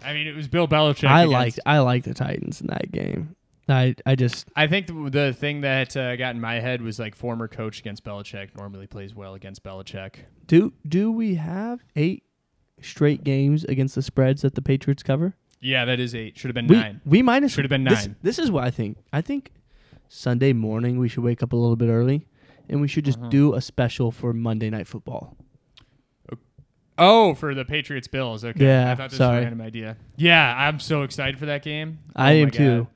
I mean, it was Bill Belichick. I against- liked I liked the Titans in that game. I I just I think the, the thing that uh, got in my head was like former coach against Belichick normally plays well against Belichick. do do we have eight straight games against the spreads that the Patriots cover? Yeah, that is eight. Should have been We nine. we minus Should've been this- nine. This, is what I think. I think Sunday morning we should wake up a little bit early, and we should just Mm-hmm. do a special for Monday Night Football. Oh, for the Patriots Bills. Okay. Yeah, I thought this was a sorry. random idea. Yeah, I'm so excited for that game. I Oh my am too. God.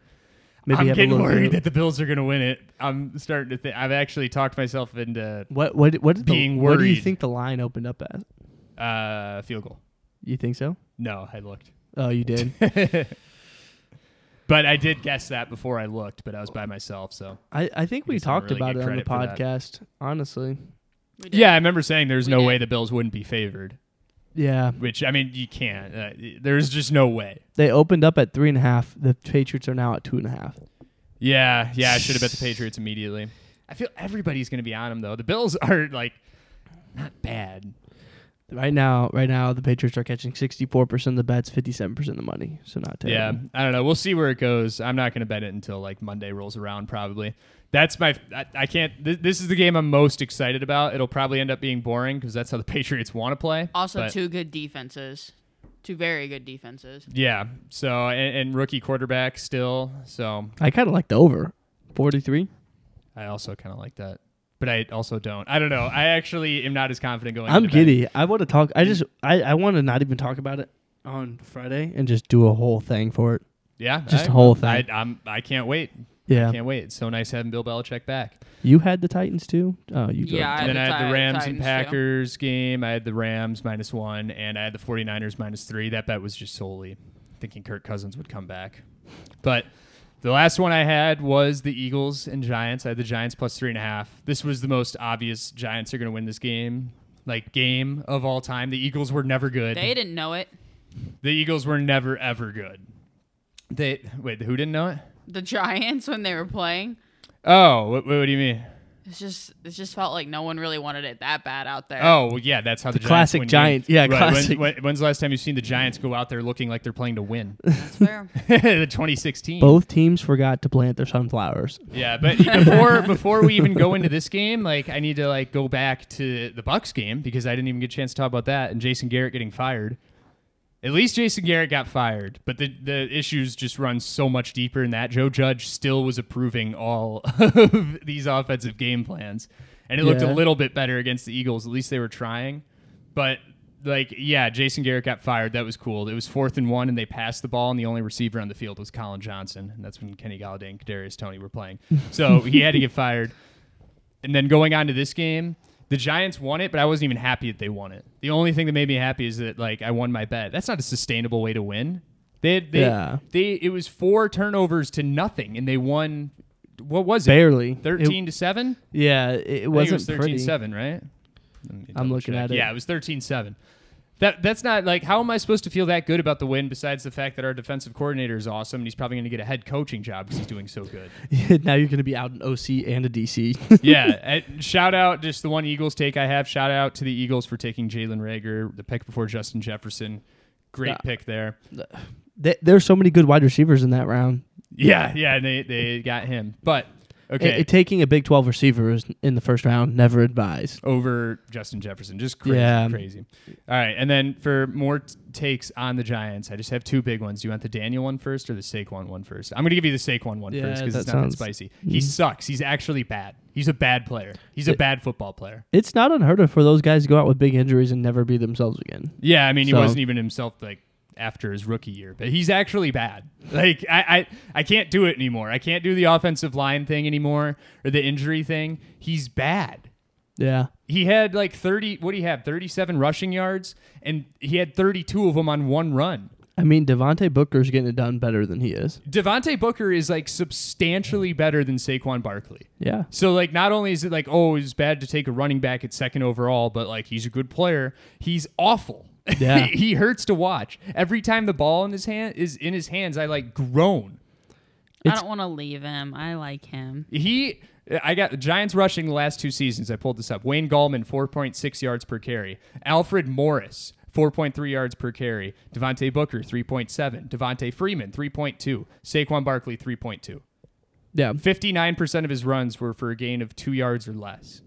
Maybe I'm have a getting little worried bit that the Bills are going to win it. I'm starting to think. I've actually talked myself into of- what what what did the- being What do you worried. think the line opened up at? uh, field goal. You think so? No, I looked. Oh, you did. But I did guess that before I looked, but I was by myself. So, I, I think we guess I don't talked really about get it on the credit for podcast. Honestly, We did. yeah, I remember saying there's We no did. way the Bills wouldn't be favored, yeah, which, I mean, you can't. Uh, there's just no way. they opened up at three and a half. The Patriots are now at two and a half. Yeah, yeah, I should have bet the Patriots immediately. I feel everybody's going to be on them though. The Bills are like not bad. Right now, right now, the Patriots are catching 64% of the bets, 57% of the money. So not terrible. Yeah, I don't know. We'll see where it goes. I'm not going to bet it until like Monday rolls around, probably. That's my. I, I can't. Th- this is the game I'm most excited about. It'll probably end up being boring because that's how the Patriots want to play. Also, but- two good defenses, two very good defenses. Yeah. So and, and rookie quarterback still. So I kind of like the over 43. I also kind of like that, but I also don't. I don't know. I actually am not as confident going. I'm into betting. giddy. I want to talk. I just, I, I want to not even talk about it on Friday and just do a whole thing for it. Yeah. Just I, a whole I, thing. I'm. I can't wait. Yeah. Can't wait. It's so nice having Bill Belichick back. You had the Titans too? Oh, you go. Yeah, I And then I had the had the Ti- Rams and Titans, too. Packers game. I had the Rams minus one, and I had the 49ers minus three. That bet was just solely thinking Kirk Cousins would come back. But the last one I had was the Eagles and Giants. I had the Giants plus three and a half. This was the most obvious Giants are going to win this game, like game of all time. The Eagles were never good. They didn't know it. the Eagles were never, ever good. They Wait, who didn't know it? The Giants when they were playing, Oh, what, what do you mean? it's just it just felt like no one really wanted it that bad out there. Oh well, yeah, that's how the, classic Giants Giants. win Yeah, games. Right, classic. When, when, when's the last time you've seen the Giants go out there looking like they're playing to win? That's fair. the 2016. Both teams forgot to plant their sunflowers. Yeah, but before before we even go into this game, like I need to like go back to the Bucks game because I didn't even get a chance to talk about that and Jason Garrett getting fired. At least Jason Garrett got fired, but the the issues just run so much deeper in that. Joe Judge still was approving all of these offensive game plans, and it looked a Yeah. little bit better against the Eagles. At least they were trying, but. Like yeah, Jason Garrett got fired. That was cool. It was fourth and one, and they passed the ball, and the only receiver on the field was Colin Johnson, and that's when Kenny Galladay and Kadarius Tony were playing. So he had to get fired. And then going on to this game, the Giants won it, but I wasn't even happy that they won it. The only thing that made me happy is that like I won my bet. That's not a sustainable way to win. They they, Yeah. they it was four turnovers to nothing, and they won. What was it? Barely. Thirteen to seven. It- yeah, it, it I think wasn't it was pretty. 13-7, right? Let me double looking at it. Yeah, it was 13-7. That that's not like how am I supposed to feel that good about the win besides the fact that our defensive coordinator is awesome and he's probably going to get a head coaching job because he's doing so good. now you're going to be out an OC and a DC. yeah. and shout out just the one Eagles take I have. Shout out to the Eagles for taking Jalen Rager, the pick before Justin Jefferson. Great Yeah. pick there. Th- There's so many good wide receivers in that round. Yeah, yeah, and they, they got him. But A- okay, a- taking a Big 12 receiver is in the first round never advised. over Justin Jefferson, just crazy, Yeah. crazy. All right, and then for more t- takes on the Giants, I just have two big ones. Do you want the Daniel one first or the Saquon one first? I'm gonna give you the Saquon one Yeah, first because that it's not sounds- mm-hmm. that spicy. He sucks. He's actually bad. He's a bad player. He's a It- bad football player. It's not unheard of for those guys to go out with big injuries and never be themselves again. Yeah, I mean, he So- wasn't even himself like after his rookie year, but he's actually bad. Like I, I, I can't do it anymore. I can't do the offensive line thing anymore or the injury thing. He's bad. Yeah. He had like 30, what do you have, 37 rushing yards, and he had 32 of them on one run. I mean, Devontae Booker's getting it done better than he is. Devontae Booker is like substantially better than Saquon Barkley. Yeah. So like not only is it like oh it's bad to take a running back at second overall, but like he's a good player. He's awful. Yeah. he hurts to watch. Every time the ball in his hand is in his hands, I like groan. I It's- don't want to leave him. I like him. He I got the Giants rushing the last two seasons. I pulled this up. Wayne Gallman, 4.6 yards per carry. Alfred Morris, 4.3 yards per carry. Devontae Booker, 3.7. Devontae Freeman, 3.2. Saquon Barkley, 3.2. Yeah. 59% of his runs were for a gain of two yards or less.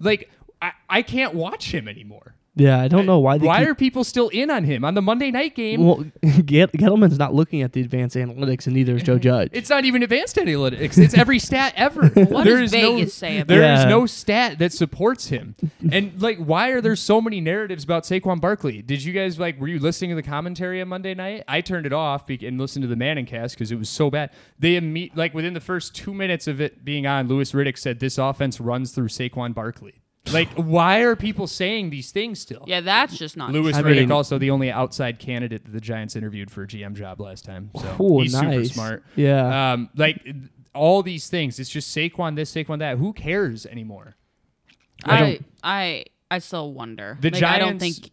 Like, I, I can't watch him anymore. Yeah. I don't know why they Uh, Why keep- are people still in on him on the Monday night game? well, Get- Gettleman's not looking at the advanced analytics, and neither is Mm-hmm. Joe Judge. It's not even advanced analytics. It's every stat ever. What There is does no- Vegas say about There is Yeah. no stat that supports him. And like, why are there so many narratives about Saquon Barkley? Did you guys like? Were you listening to the commentary on Monday night? I turned it off be- and listened to the Manning cast because it was so bad. They imme- like within the first two minutes of it being on, Lewis Riddick said this offense runs through Saquon Barkley. Like, why are people saying these things still? Yeah, that's just not. Lewis I Riddick, mean- also the only outside candidate that the Giants interviewed for a GM job last time. So Ooh, he's super nice. smart. Yeah. Um, like th- all these things. It's just Saquon this, Saquon that. Who cares anymore? I I don't- I I still wonder. The like, I don't Giants- think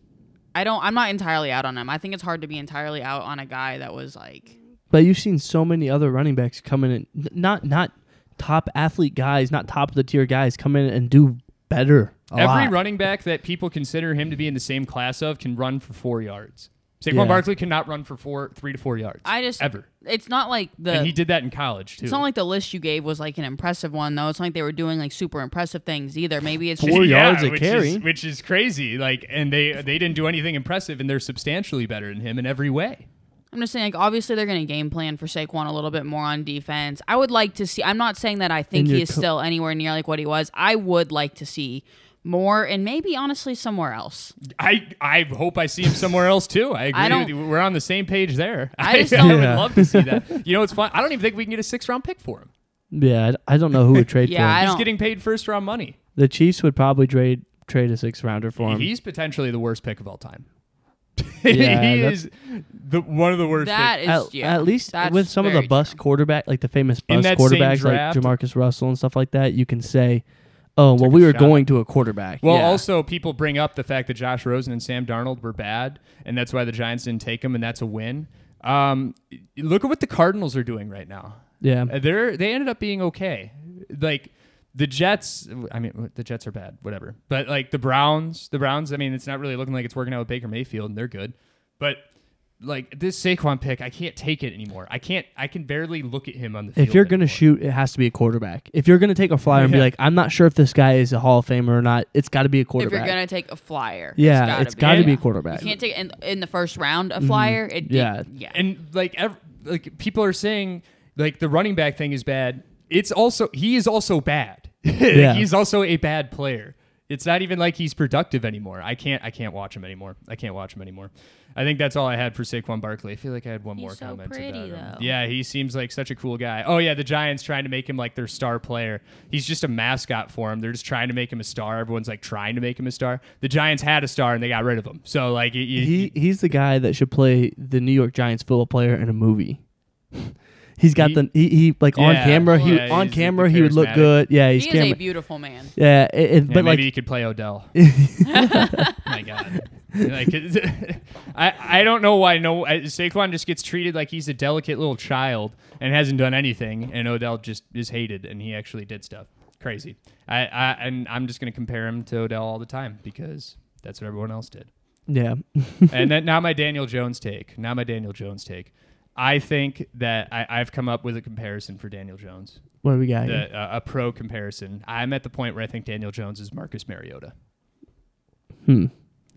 I don't I'm not entirely out on him. I think it's hard to be entirely out on a guy that was like But you've seen so many other running backs come in and n- not not top athlete guys, not top of the tier guys come in and do better. A Every lot. running back that people consider him to be in the same class of can run for four yards. Saquon Yeah. Barkley cannot run for four, three to four yards. I just ever, It's not like the and he did that in college too. It's not like the list you gave was like an impressive one though. It's not like they were doing like super impressive things either. Maybe it's just Four yards a which carry. is, which is crazy. Like, and they they didn't do anything impressive, and they're substantially better than him in every way. I'm just saying like obviously they're gonna game plan for Saquon a little bit more on defense. I would like to see I'm not saying that I think And he your is co- still anywhere near like what he was. I would like to see more and maybe honestly somewhere else. I I hope I see him somewhere else too. I agree. I don't- with you. We're on the same page there. I just I don't- would Yeah. love to see that. You know, it's fun. I don't even think we can get a six round pick for him. Yeah, I I don't know who would trade Yeah, for him. I He's don't- getting paid first round money. the Chiefs would probably trade trade a six rounder for him. He's potentially the worst pick of all time. he that's- is the one of the worst. That picks. is at, yeah, at least that's with some of the very bus true. quarterback, like the famous In bus that same quarterbacks draft- like Jamarcus Russell and stuff like that, you can say, "Oh, well, a we were shot. going to a quarterback." Well, Yeah. also people bring up the fact that Josh Rosen and Sam Darnold were bad, and that's why the Giants didn't take him, and that's a win. Um, look at what the Cardinals are doing right now. yeah, Uh, They're they ended up being okay. Like the Jets, I mean the Jets are bad, whatever. But like the Browns, the Browns, I mean it's not really looking like it's working out with Baker Mayfield, and they're good. But like this Saquon pick, I can't take it anymore. I can't. I can barely look at him on the. field if you're gonna anymore. shoot, it has to be a quarterback. If you're gonna take a flyer and be Yeah. like, "I'm not sure if this guy is a Hall of Famer or not," it's got to be a if quarterback. you're gonna take a flyer, Yeah, it's it's gotta gotta be yeah. quarterback. You can't take in, in the first round Mm-hmm. a flyer. It, Yeah. yeah, yeah. and like ev- like people are saying like the running back thing is bad. It's also he is also bad. Like, Yeah. He's also a bad player. It's not even like he's productive anymore. I can't I can't watch him anymore. I can't watch him anymore. I think that's all I had for Saquon Barkley. I feel like I had one more so comment. pretty, about him. though. Yeah, he seems like such a cool guy. Oh yeah, the Giants trying to make him like their star player. He's just a mascot for him. They're just trying to make him a star. Everyone's like trying to make him a star. The Giants had a star and they got rid of him. So like you- you- he he's the guy that should play the New York Giants football player in a movie. He's got He- the he, he like on Yeah, camera he yeah, on he's the camera he would look charismatic. good. Yeah, he's He is a camera. beautiful man. yeah, it, it- Yeah, but maybe like he could play Odell. My God, like I, I don't know why no I- Saquon just gets treated like he's a delicate little child and hasn't done anything, and Odell just is hated, and he actually did stuff crazy. I, I and I'm just gonna compare him to Odell all the time because that's what everyone else did. yeah, and then now my Daniel Jones take. Now my Daniel Jones take. I think that I, I've come up with a comparison for Daniel Jones, what do we got? here? the, uh, a pro comparison. I'm at the point where I think Daniel Jones is Marcus Mariota. Hmm.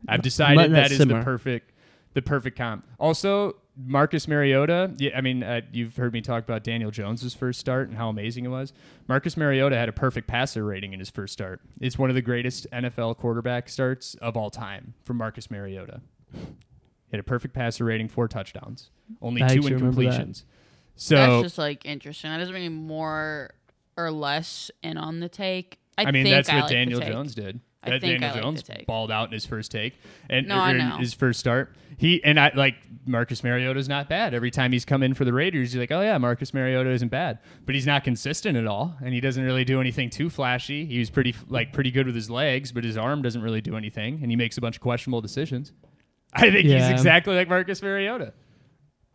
I've Might decided not that is simmer. the perfect, the perfect comp. Also, Marcus Mariota. Yeah, I mean, uh, you've heard me talk about Daniel Jones's first start and how amazing it was. Marcus Mariota had a perfect passer rating in his first start. It's one of the greatest NFL quarterback starts of all time from Marcus Mariota. He had a perfect passer rating, four touchdowns, only I two actually remember that. incompletions. So that's just like interesting. That doesn't mean more or less in on the take. I, I mean, think that's I what like the Daniel take. Jones did. I that think I Daniel like Jones the take. balled out in his first take and No, I or in know. his first start. He and I like Marcus Mariota's not bad. Every time he's come in for the Raiders, you're like, oh yeah, Marcus Mariota isn't bad, but he's not consistent at all, and he doesn't really do anything too flashy. He was pretty like pretty good with his legs, but his arm doesn't really do anything, and he makes a bunch of questionable decisions. I think Yeah. he's exactly like Marcus Mariota.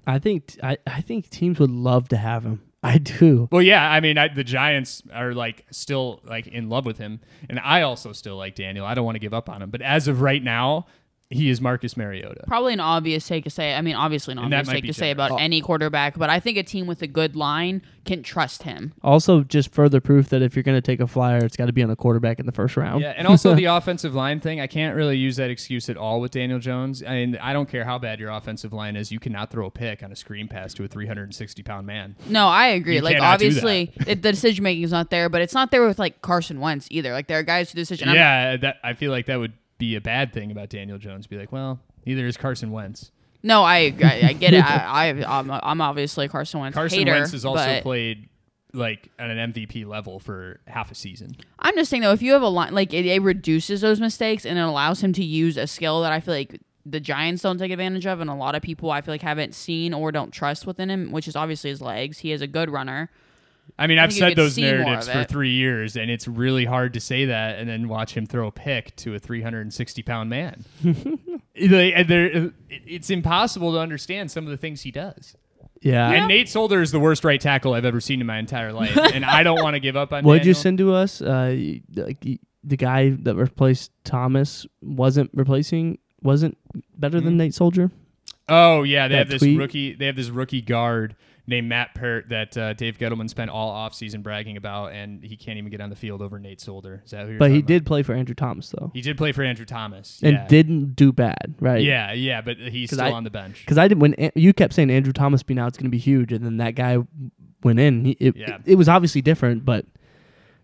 I think I, I think teams would love to have him. I do. Well, yeah, I mean, I, the Giants are like still like in love with him, and I also still like Daniel. I don't want to give up on him, but as of right now, he is Marcus Mariota. Probably an obvious take to say. I mean, obviously an And that obvious might take be Oh. to say generous. about any quarterback, but I think a team with a good line can trust him. Also, just further proof that if you're going to take a flyer, it's got to be on a quarterback in the first round. Yeah, and also the offensive line thing. I can't really use that excuse at all with Daniel Jones. I mean, I don't care how bad your offensive line is, you cannot throw a pick on a screen pass to a 360 pound man. No, I agree. You like cannot do obviously, it, the decision making is not there, but it's not there with like Carson Wentz either. Like there are guys who decision. I'm- yeah, that I feel like that would be a bad thing about Daniel Jones. Be like, well, neither is Carson Wentz. no, I agree. I, I get it. I, I I'm, I'm obviously a Carson Wentz Carson hater. Wentz has also but- played like at an MVP level for half a season. I'm just saying though, if you have a line, like it, it reduces those mistakes and it allows him to use a skill that I feel like the Giants don't take advantage of, and a lot of people I feel like haven't seen or don't trust within him, which is obviously his legs. He is a good runner. I mean, I've think you said could those see more narratives of for it. three years, and it's really hard to say that and then watch him throw a pick to a 360 pound man. uh, Like, and there- it's impossible to understand some of the things he does. Yeah. And Nate Solder is the worst right tackle I've ever seen in my entire life, and I don't want to give up on. What'd you Daniel. send to us? Uh, y- like y- the guy that replaced Thomas wasn't replacing wasn't better Hmm? than Nate Soldier. Oh yeah, they That have this tweet. rookie. They have this rookie guard named Matt Pert that uh, Dave Gettleman spent all offseason bragging about, and he can't even get on the field over Nate Solder. Is that who? You're But talking he about? did play for Andrew Thomas though, He did play for Andrew Thomas. and yeah. didn't do bad, right? Yeah, yeah, but he's 'Cause still I- on the bench. Because I did when An- you kept saying Andrew Thomas be now it's going to be huge, and then that guy went in. He, it, Yeah. it, was obviously different, but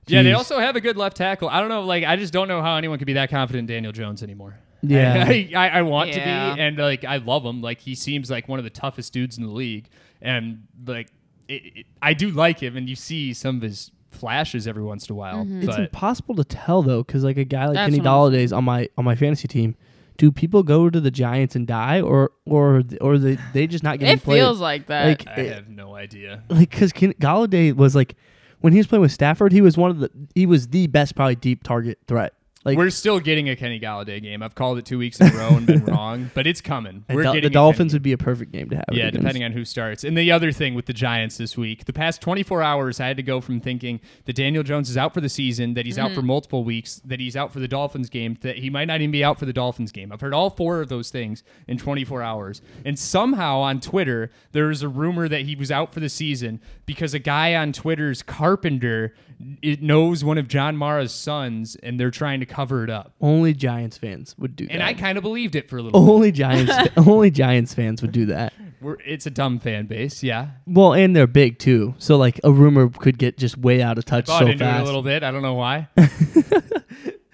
Yeah, they Jeez. also have a good left tackle. I don't know, like I just don't know how anyone could be that confident in Daniel Jones anymore. Yeah. I, I, I want Yeah. to be, and like I love him. Like he seems like one of the toughest dudes in the league, and like it, it, I do like him. And you see some of his flashes every once in a while, it's but impossible to tell though. Because like a guy like That's Kenny what I'm Galladay's on my on my fantasy team, do people go to the Giants and die, or or or they they just not getting It played? feels like that. like I it- have no idea. like because Galladay was like when he was playing with Stafford, he was one of the he was the best probably deep target threat. Like We're still getting a Kenny Galladay game. I've called it two weeks in a row and been wrong, but it's coming. and We're Dol- getting a the Dolphins Kenny- would be a perfect game to have. Yeah, depending on who starts. And the other thing with the Giants this week, the past 24 hours, I had to go from thinking that Daniel Jones is out for the season, that he's out for multiple weeks, that he's out for the Dolphins game, that he might not even be out for the Dolphins game. I've heard all four of those things in 24 hours. And somehow on Twitter, there is a rumor that he was out for the season because a guy on Twitter's carpenter it knows one of John Mara's sons, and they're trying to cover it up. only Giants fans would do And that. I kind of believed it for a little. only Giants only Giants fans would do that. We're, it's a dumb fan base, yeah. Well, and they're big too, so like a rumor could get just way out of touch thought so into it a fast. little bit. I don't know why.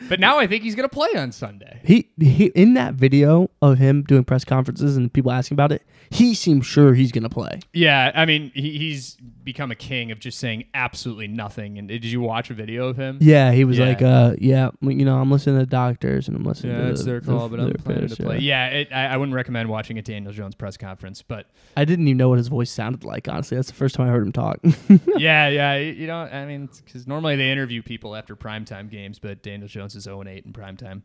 but now I think he's going to play on Sunday. He, he in that video of him doing press conferences and people asking about it, he seems sure he's gonna play. Yeah, I mean, he, he's become a king of just saying absolutely nothing. And did you watch a video of him? Yeah, he was Yeah. like, uh, yeah, you know, I'm listening to doctors and I'm listening. Yeah, to it's the- their the- call, but I'm their planning to players, yeah. play. Yeah, it, I, I wouldn't recommend watching a Daniel Jones press conference, but I didn't even know what his voice sounded like. Honestly, that's the first time I heard him talk. yeah, yeah, you know, I mean, because normally they interview people after primetime games, but Daniel Jones is 0 and 8 in primetime.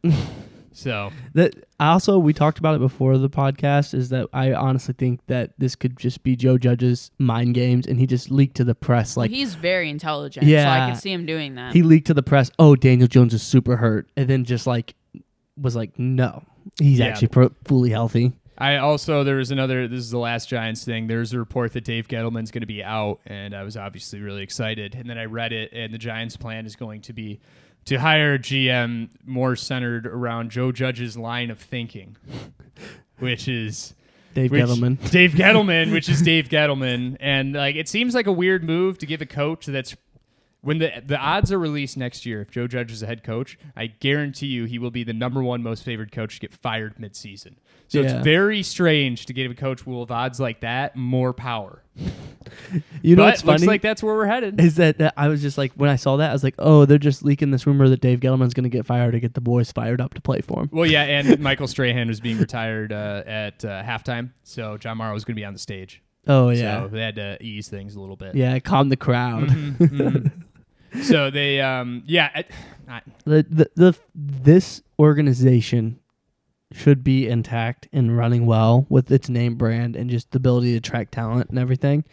so, that also we talked about it before the podcast is that I honestly think that this could just be Joe Judge's mind games, and he just leaked to the press like he's very intelligent, so Yeah. I can see him doing that. he leaked to the press. Oh, Daniel Jones is super hurt, and then just like was like, no, he's Yeah. actually pro- fully healthy. I also there was another. This is the last Giants thing. There's a report that Dave Gettleman's going to be out, and I was obviously really excited. And then I read it, and the Giants' plan is going to be to hire a GM more centered around Joe Judge's line of thinking, which is Dave which- Gettleman. Dave Gettleman, which is Dave Gettleman, and like it seems like a weird move to give a coach that's when the the odds are released next year. If Joe Judge is a head coach, I guarantee you he will be the number one most favored coach to get fired midseason. So Yeah. it's very strange to give a coach rule of odds like that more power. You know but what's looks funny? like that's where we're headed. is that, that I was just like when I saw that I was like, oh, they're just leaking this rumor that Dave Gettleman's going to get fired to get the boys fired up to play for him. Well, yeah, and Michael Strahan was being retired uh, at uh, halftime, so John Morrow was going to be on the stage. Oh yeah, So they had to ease things a little bit. yeah, calm the crowd. So they, um, yeah, I- I, the, the, the this organization should be intact and running well with its name brand and just the ability to attract talent and everything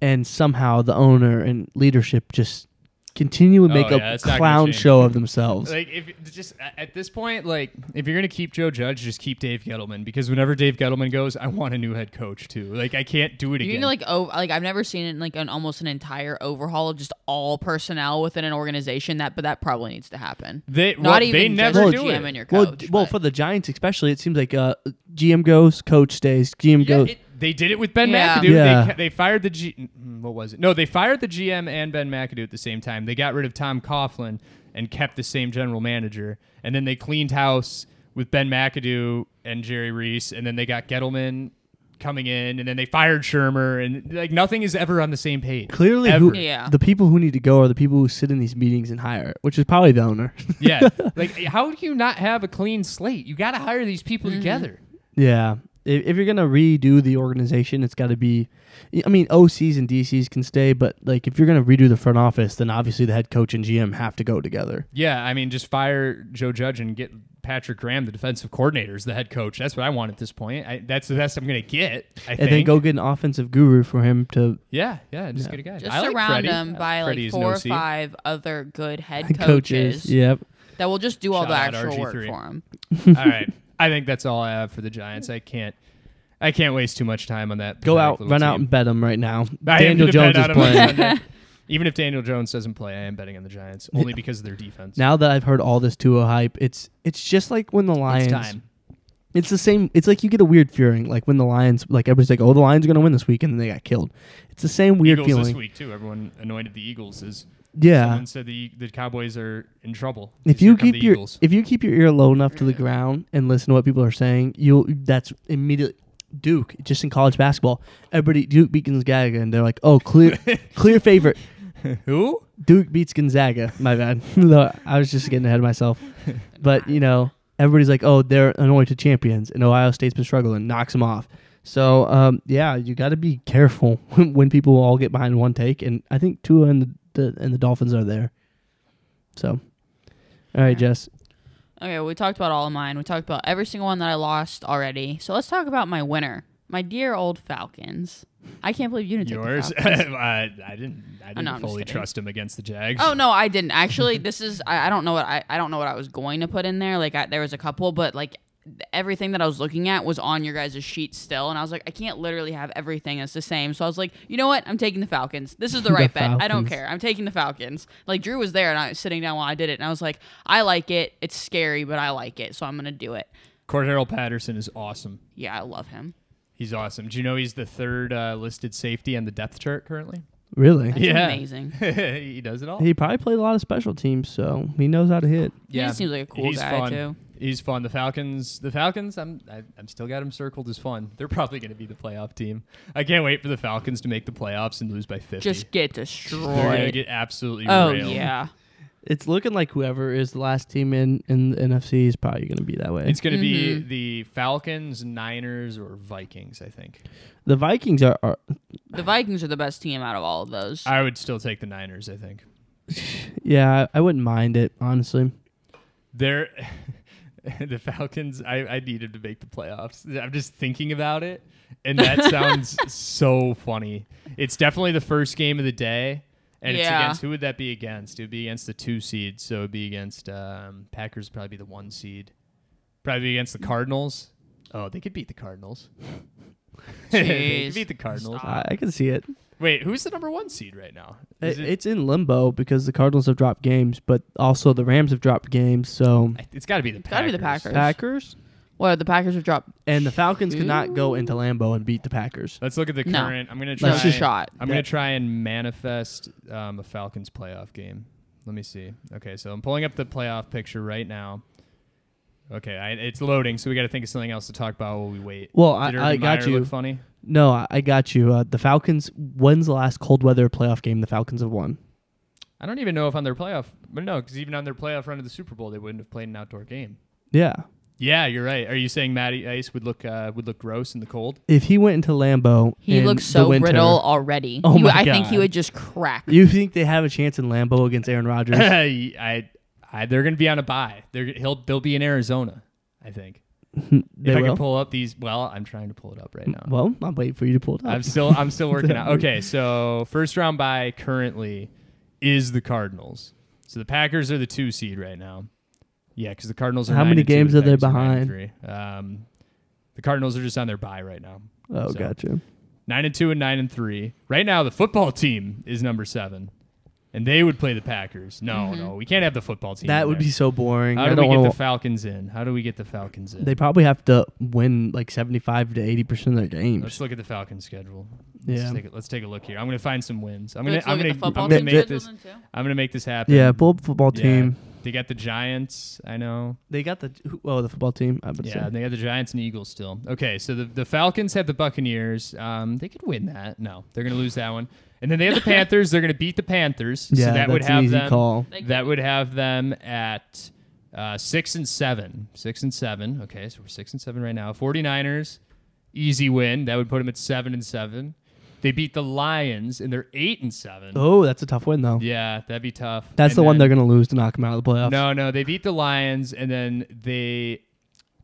and somehow the owner and leadership just continue to make Oh, yeah, a it's not gonna clown change. show of themselves Like if just a- at this point, like if you're gonna keep Joe Judge, just keep Dave Gettleman because whenever Dave Gettleman goes, I want a new head coach too. Like I can't do it you again. know, like oh, like I've never seen it like an almost an entire overhaul of just all personnel within an organization. That, but that probably needs to happen. they Not well, even they just never the do GM it. and your well, coach. d- well but- for the giants especially it seems like uh, gm goes coach stays gm Yeah, goes it- they did it with Ben Yeah. McAdoo. Yeah. They, ca- they fired the G. mm, What was it? No, they fired the GM and Ben McAdoo at the same time. They got rid of Tom Coughlin and kept the same general manager, and then they cleaned house with Ben McAdoo and Jerry Reese, and then they got Gettleman coming in, and then they fired Shermer, and like nothing is ever on the same page. clearly Ever. who, Yeah. the people who need to go are the people who sit in these meetings and hire which is probably the owner yeah. Like, how do you not have a clean slate? You got to hire these people together. Yeah. If, if you're gonna redo the organization, it's got to be. I mean, OCs and DCs can stay, but like if you're gonna redo the front office, then obviously the head coach and GM have to go together. Yeah. I mean, just fire Joe Judge and get Patrick Graham, the defensive coordinator, as the head coach. That's what I want at this point. I, that's the best I'm going to get. I And then go get an offensive guru for him to Yeah. Yeah. Just get a guy. just I like surround Freddie. them by Freddie like is four no or C. five other good head coaches. coaches. Yep. that will just do all Shout the out actual work RG3. for him. all right. I think that's all I have for the Giants. I can't. I can't waste too much time on that. Go pathetic out, little run out team. and bet him right now. I am Daniel gonna Jones bet is on him on playing. Sunday. Even if Daniel Jones doesn't play, I am betting on the Giants only because of their defense. now that I've heard all this Tua hype, it's it's just like when the it's Lions. time. It's the same. It's like you get a weird feeling, like when the Lions, like everybody's like, "Oh, the Lions are gonna win this week," and then they got killed. It's the same weird Eagles feeling. this week too. Everyone anointed the Eagles as Yeah. Someone said the E, the Cowboys are in trouble. if Because here you come keep the your Eagles. if you keep your ear low enough to the ground and listen to what people are saying, you'll that's immediately Duke just in college basketball. Everybody Duke beat Gonzaga and they're like, oh, clear clear favorite. who Duke beats Gonzaga. My bad. No, I was just getting ahead of myself. But you know, everybody's like, oh, they're anointed champions, and Ohio State's been struggling, knocks them off. So um, yeah, you got to be careful when, when people all get behind one take, and I think Tua and the, the and the Dolphins are there. So, all right, Jess. Okay, we talked about all of mine. We talked about every single one that I lost already. So let's talk about my winner, my dear old Falcons. I can't believe you didn't yours? take the Falcons. I, I didn't. I didn't no, I'm just fully kidding. trust him against the Jags. Oh no, I didn't actually. This is I, I don't know what I, I don't know what I was going to put in there. Like I, there was a couple, but like th- everything that I was looking at was on your guys' sheet still, and I was like, I can't literally have everything that's the same. So I was like, you know what? I'm taking the Falcons. This is the The right bet. I don't Falcons. care. I'm taking the Falcons. Like Drew was there, and I was sitting down while I did it, and I was like, I like it. It's scary, but I like it, so I'm gonna do it. Cordero Patterson is awesome. Yeah, I love him. He's awesome. Do you know he's the third uh, listed safety on the depth chart currently? Really? That's Yeah. amazing. he does it all. He probably played a lot of special teams, so he knows how to hit. He just seems like a cool he's guy fun. too. He's fun. The Falcons, the Falcons. I'm, I, I'm still got them circled as fun. They're probably going to be the playoff team. I can't wait for the Falcons to make the playoffs and lose by fifty. Just get They're going to destroyed. get absolutely. oh railed. yeah. It's looking like whoever is the last team in in the NFC is probably going to be that way. It's going to Mm-hmm. be the Falcons, Niners, or Vikings. I think the Vikings are, are The Vikings are the best team out of all of those. I would still take the Niners. I think yeah, I, I wouldn't mind it honestly. they're the Falcons. I, I need them to make the playoffs. I'm just thinking about it, and that sounds so funny. It's definitely the first game of the day, and it's Yeah. against who would that be against? It would be against the two seed, so it'd be against um, Packers. Probably be the one seed. Probably be against the Mm. Cardinals. Oh, they could beat the Cardinals. they Jeez. could beat the Cardinals. Stop. I, I can see it. Wait, who's the number one seed right now? Is It- It's in limbo because the Cardinals have dropped games, but also the Rams have dropped games. So I- it's got to be the gotta Packers. be the Packers. Packers Well, the Packers have dropped. and the Falcons could not go into Lambo and beat the Packers. Let's look at the No. current. I'm gonna try. Let's just shot. I'm gonna That- try and manifest um, a Falcons playoff game. Let me see. Okay, so I'm pulling up the playoff picture right now. Okay, I, it's loading, so we got to think of something else to talk about while we wait. Well, I, Did I Urban got Meyer you. Look funny. No, I, I got you. Uh, the Falcons. When's the last cold weather playoff game the Falcons have won? I don't even know if on their playoff, but no, because even on their playoff run to the Super Bowl, they wouldn't have played an outdoor game. Yeah. Yeah, you're right. Are you saying Matty Ice would look uh, would look gross in the cold? If he went into Lambo, He in looks the so winter, brittle already. Oh He would- my I think he God. would just crack. You think they have a chance in Lambo against Aaron Rodgers? I, I, they're gonna be on a bye. They're he'll they'll be in Arizona, I think. they if I will. can pull up these, well, I'm trying to pull it up right now. well, I'm waiting for you to pull it up. I'm still I'm still working out. Okay, so first round by currently is the Cardinals. So the Packers are the two seed right now. Yeah, because the Cardinals are How nine many and two, games the are they Packers nine and three. Um, the Cardinals are just on their bye right now. oh, So, gotcha. Nine and two and nine and three. Right now, the football team is number seven, and they would play the Packers. No, Mm-hmm. no, we can't have the football team. That in would there. be so boring. How I do don't we get wanna- the Falcons in? How do we get the Falcons in? They probably have to win like 75 to 80% of their Let's games. look at the Falcons schedule. Yeah. Let's take, a, let's take a look here. I'm going to find some wins. I'm going Let's to I'm look going at the to I'm football going to team. make schedule this then, too. I'm going to make this happen. Yeah, pull up the football Yeah. team. They got the Giants, I know. They got the who- oh, the football team. I would Yeah, say. they got the Giants and Eagles still. Okay, so the, the Falcons have the Buccaneers. Um, they could win that. No, they're going to lose that one. And then they have the Panthers. They're going to beat the Panthers. Yeah, so that that's would have an easy them call. that would have them at uh, 6 and 7. 6 and 7. Okay, so we're 6 and 7 right now. 49ers easy win. That would put them at 7 and 7. They beat the Lions and they're 8 and 7. Oh, that's a tough win though. Yeah, that'd be tough. That's And the then- one they're going to lose to knock them out of the playoffs. no, no, they beat the Lions and then they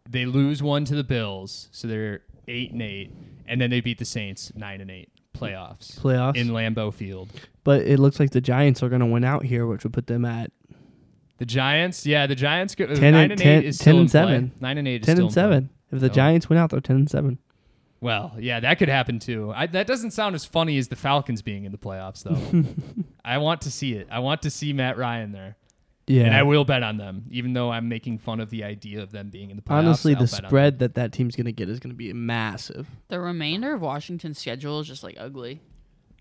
they lose one to the Bills, so they're eight and eight, and then they beat the Saints nine and eight playoffs Playoffs. in Lambeau Field. But it looks like the Giants are going to win out here, which would put them at The Giants, yeah, the Giants. Go, Ten and- nine and ten- eight is ten still and in play. seven. Nine and eight. Is ten still and in play. seven. If the So- Giants win out, they're ten and seven. Well, yeah, that could happen too. I, that doesn't sound as funny as the Falcons being in the playoffs, though. I want to see it. I want to see Matt Ryan there, Yeah. and I will bet on them, even though I'm making fun of the idea of them being in the playoffs. Honestly, I'll the bet on them. spread that that team's gonna get is gonna be massive. The remainder of Washington's schedule is just like ugly.